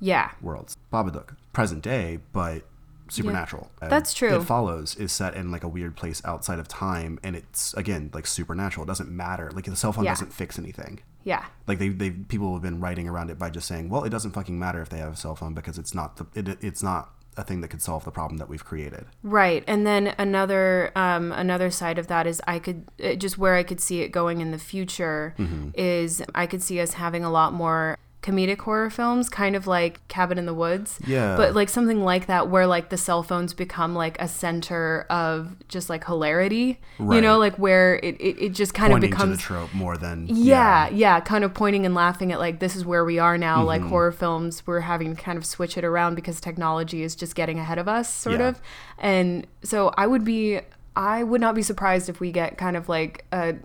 [SPEAKER 1] Yeah,
[SPEAKER 2] worlds. Babadook, present day, but supernatural. And
[SPEAKER 1] That's true.
[SPEAKER 2] It follows is set in like a weird place outside of time, and it's again like supernatural. It doesn't matter. Like the cell phone
[SPEAKER 1] Yeah.
[SPEAKER 2] doesn't fix anything.
[SPEAKER 1] Yeah.
[SPEAKER 2] Like they they people have been writing around it by just saying, well, it doesn't fucking matter if they have a cell phone because it's not the it, it's not a thing that could solve the problem that we've created.
[SPEAKER 1] Right, and then another um, another side of that is I could uh, just where I could see it going in the future
[SPEAKER 2] Mm-hmm.
[SPEAKER 1] is I could see us having a lot more comedic horror films, kind of like Cabin in the Woods.
[SPEAKER 2] Yeah.
[SPEAKER 1] but like something like that, where like the cell phones become like a center of just like hilarity. You
[SPEAKER 2] Right.
[SPEAKER 1] know, like where it it, it just kind
[SPEAKER 2] Pointing
[SPEAKER 1] of
[SPEAKER 2] to the
[SPEAKER 1] becomes
[SPEAKER 2] trope more than
[SPEAKER 1] yeah, yeah, kind of pointing and laughing at like this is where we are now.
[SPEAKER 2] Mm-hmm.
[SPEAKER 1] Like horror films, we're having to kind of switch it around because technology is just getting ahead of us, sort
[SPEAKER 2] Yeah.
[SPEAKER 1] of. And so I would be, I would not be surprised if we get kind of like a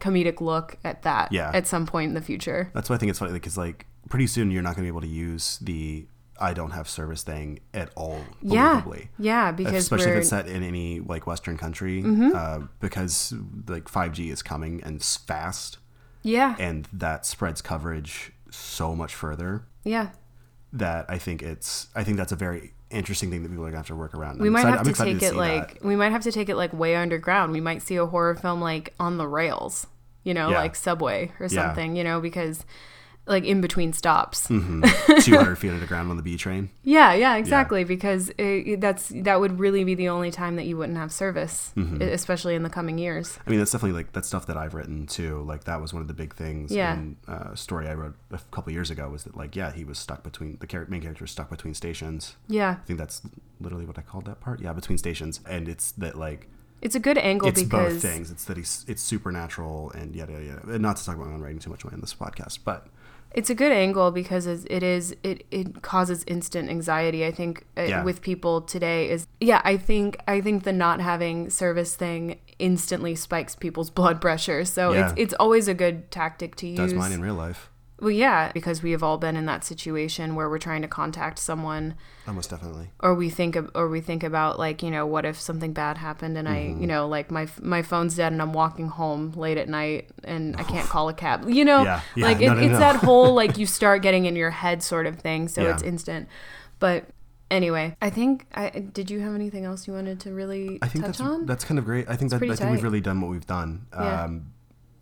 [SPEAKER 1] comedic look at that
[SPEAKER 2] Yeah.
[SPEAKER 1] at some point in the future.
[SPEAKER 2] That's why I think it's funny because like pretty soon you're not going to be able to use the I don't have service thing at all.
[SPEAKER 1] Yeah,
[SPEAKER 2] Believably.
[SPEAKER 1] yeah, because
[SPEAKER 2] Especially
[SPEAKER 1] we're Mm-hmm.
[SPEAKER 2] if it's set in any like Western country, uh, because like 5G is coming and s- fast,
[SPEAKER 1] yeah,
[SPEAKER 2] and that spreads coverage so much further
[SPEAKER 1] yeah.
[SPEAKER 2] that I think it's I think that's a very interesting thing that people are gonna have to work around.
[SPEAKER 1] We might have to take it like we might have to take it like way underground. We might see a horror film like on the rails, you know,
[SPEAKER 2] Yeah.
[SPEAKER 1] like subway or
[SPEAKER 2] Yeah.
[SPEAKER 1] something, you know, because like in between stops.
[SPEAKER 2] Mm-hmm. two hundred feet underground on the B train.
[SPEAKER 1] Yeah, yeah, exactly. Because it, that's that would really be the only time that you wouldn't have service,
[SPEAKER 2] Mm-hmm.
[SPEAKER 1] e- especially in the coming years.
[SPEAKER 2] I mean, that's definitely like that's stuff that I've written too. Like that was one of the big things.
[SPEAKER 1] Yeah.
[SPEAKER 2] In, uh, a story I wrote a couple years ago was that like yeah he was stuck between the char- main character was stuck between stations.
[SPEAKER 1] Yeah,
[SPEAKER 2] I think that's literally what I called that part. Yeah, between stations, and it's that like
[SPEAKER 1] it's a good angle
[SPEAKER 2] it's
[SPEAKER 1] because
[SPEAKER 2] both things. It's that he's it's supernatural and yada yada. yada. And not to talk about my own writing too much on this podcast, but
[SPEAKER 1] it's a good angle because it's- it is it it causes instant anxiety. I think uh,
[SPEAKER 2] Yeah.
[SPEAKER 1] with people today is yeah. I think I think the not having service thing instantly spikes people's blood pressure. So it's
[SPEAKER 2] Yeah.
[SPEAKER 1] it's always a good tactic to use.
[SPEAKER 2] does mine in real life
[SPEAKER 1] well, yeah, because we have all been in that situation where we're trying to contact someone
[SPEAKER 2] almost definitely.
[SPEAKER 1] or we think of, or we think about like you know what if something bad happened and
[SPEAKER 2] Mm-hmm.
[SPEAKER 1] I you know like my f- my phone's dead and I'm walking home late at night and I can't call a cab you know
[SPEAKER 2] Yeah, yeah,
[SPEAKER 1] like
[SPEAKER 2] no,
[SPEAKER 1] it,
[SPEAKER 2] no,
[SPEAKER 1] it's
[SPEAKER 2] no.
[SPEAKER 1] that whole like you start getting in your head sort of thing so
[SPEAKER 2] Yeah.
[SPEAKER 1] it's instant but anyway I think I did you have anything else you wanted to really
[SPEAKER 2] I think
[SPEAKER 1] touch
[SPEAKER 2] that's
[SPEAKER 1] on
[SPEAKER 2] that's kind of great. I think that I
[SPEAKER 1] pretty
[SPEAKER 2] think we've
[SPEAKER 1] tight.
[SPEAKER 2] really done what we've done.
[SPEAKER 1] Yeah.
[SPEAKER 2] Um,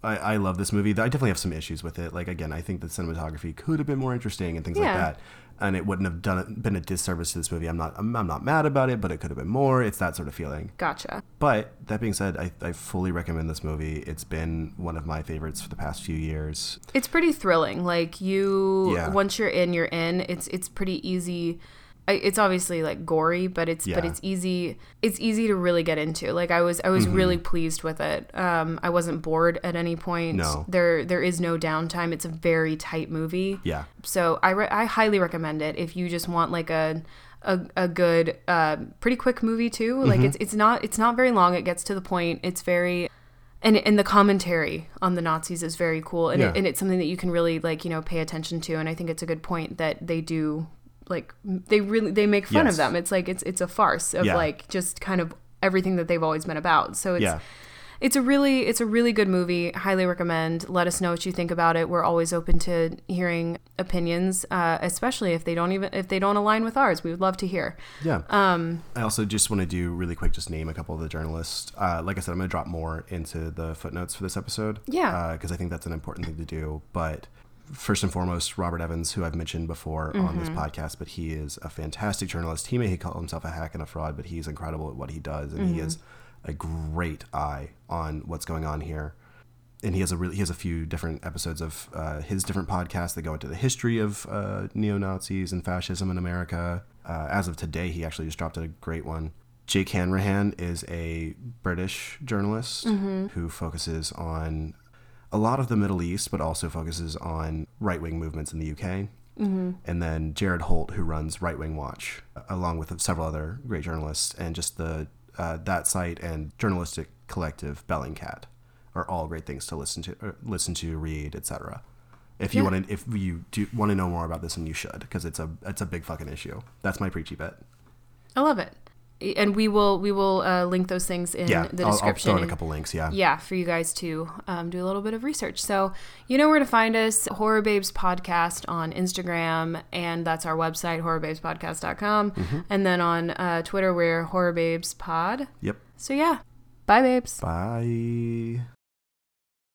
[SPEAKER 2] I, I love this movie. I definitely have some issues with it. Like again, I think the cinematography could have been more interesting and things like
[SPEAKER 1] Yeah.
[SPEAKER 2] that. And it wouldn't have done it- been a disservice to this movie. I'm not I'm, I'm not mad about it, but it could have been more. It's that sort of feeling.
[SPEAKER 1] gotcha
[SPEAKER 2] But that being said, I, I fully recommend this movie. It's been one of my favorites for the past few years.
[SPEAKER 1] it's pretty thrilling like you
[SPEAKER 2] Yeah.
[SPEAKER 1] once you're in you're in it's it's pretty easy I- it's obviously like gory but it's but
[SPEAKER 2] Yeah.
[SPEAKER 1] it's easy it's easy to really get into like i was i was
[SPEAKER 2] Mm-hmm.
[SPEAKER 1] really pleased with it um i wasn't bored at any point
[SPEAKER 2] No.
[SPEAKER 1] there there is no downtime it's a very tight movie
[SPEAKER 2] Yeah,
[SPEAKER 1] so I, re- I highly recommend it if you just want like a a, a good uh, pretty quick movie too like
[SPEAKER 2] Mm-hmm.
[SPEAKER 1] it's it's not it's not very long it gets to the point it's very and and the commentary on the Nazis is very cool and
[SPEAKER 2] Yeah.
[SPEAKER 1] it, and it's something that you can really like you know pay attention to and I think it's a good point that they do like m- they really they make fun
[SPEAKER 2] Yes.
[SPEAKER 1] of them it's like it's it's a farce of
[SPEAKER 2] Yeah.
[SPEAKER 1] like just kind of everything that they've always been about so it's
[SPEAKER 2] yeah.
[SPEAKER 1] it's a really it's a really good movie highly recommend let us know what you think about it we're always open to hearing opinions uh, especially if they don't even if they don't align with ours we would love to hear
[SPEAKER 2] Yeah. Um, I also just want to do really quick, just name a couple of the journalists. Uh, like I said, I'm going to drop more into the footnotes for this episode.
[SPEAKER 1] Yeah.
[SPEAKER 2] Because I think that's an important thing to do. But first and foremost, Robert Evans, who I've mentioned before on this podcast, but he is a fantastic journalist. He may call himself a hack and a fraud, but he's incredible at what he does, and he has a great eye on what's going on here and he has a really he has a few different episodes of uh, his different podcasts that go into the history of uh, neo Nazis and fascism in America. Uh, as of today, he actually just dropped a great one. Jake Hanrahan is a British journalist who focuses on a lot of the Middle East, but also focuses on right wing movements in the UK.
[SPEAKER 1] Mm-hmm.
[SPEAKER 2] And then Jared Holt, who runs Right Wing Watch, along with several other great journalists, and just the uh, that site and journalistic collective Bellingcat are all great things to listen to, or listen to, read, etc. If you
[SPEAKER 1] Yeah.
[SPEAKER 2] want to, if you do want to know more about this, and you should, because it's a it's a big fucking issue. That's my preachy bit.
[SPEAKER 1] i love it and we will we will uh, link those things in
[SPEAKER 2] Yeah,
[SPEAKER 1] the
[SPEAKER 2] I'll, I'll
[SPEAKER 1] description
[SPEAKER 2] throw in a
[SPEAKER 1] and-
[SPEAKER 2] couple links. Yeah,
[SPEAKER 1] yeah for you guys to um, do a little bit of research so you know where to find us horror babes podcast on instagram and that's our website horrorbabespodcast.com
[SPEAKER 2] Mm-hmm.
[SPEAKER 1] and then on uh, twitter we're horror babes pod
[SPEAKER 2] Yep.
[SPEAKER 1] so yeah bye babes
[SPEAKER 2] Bye.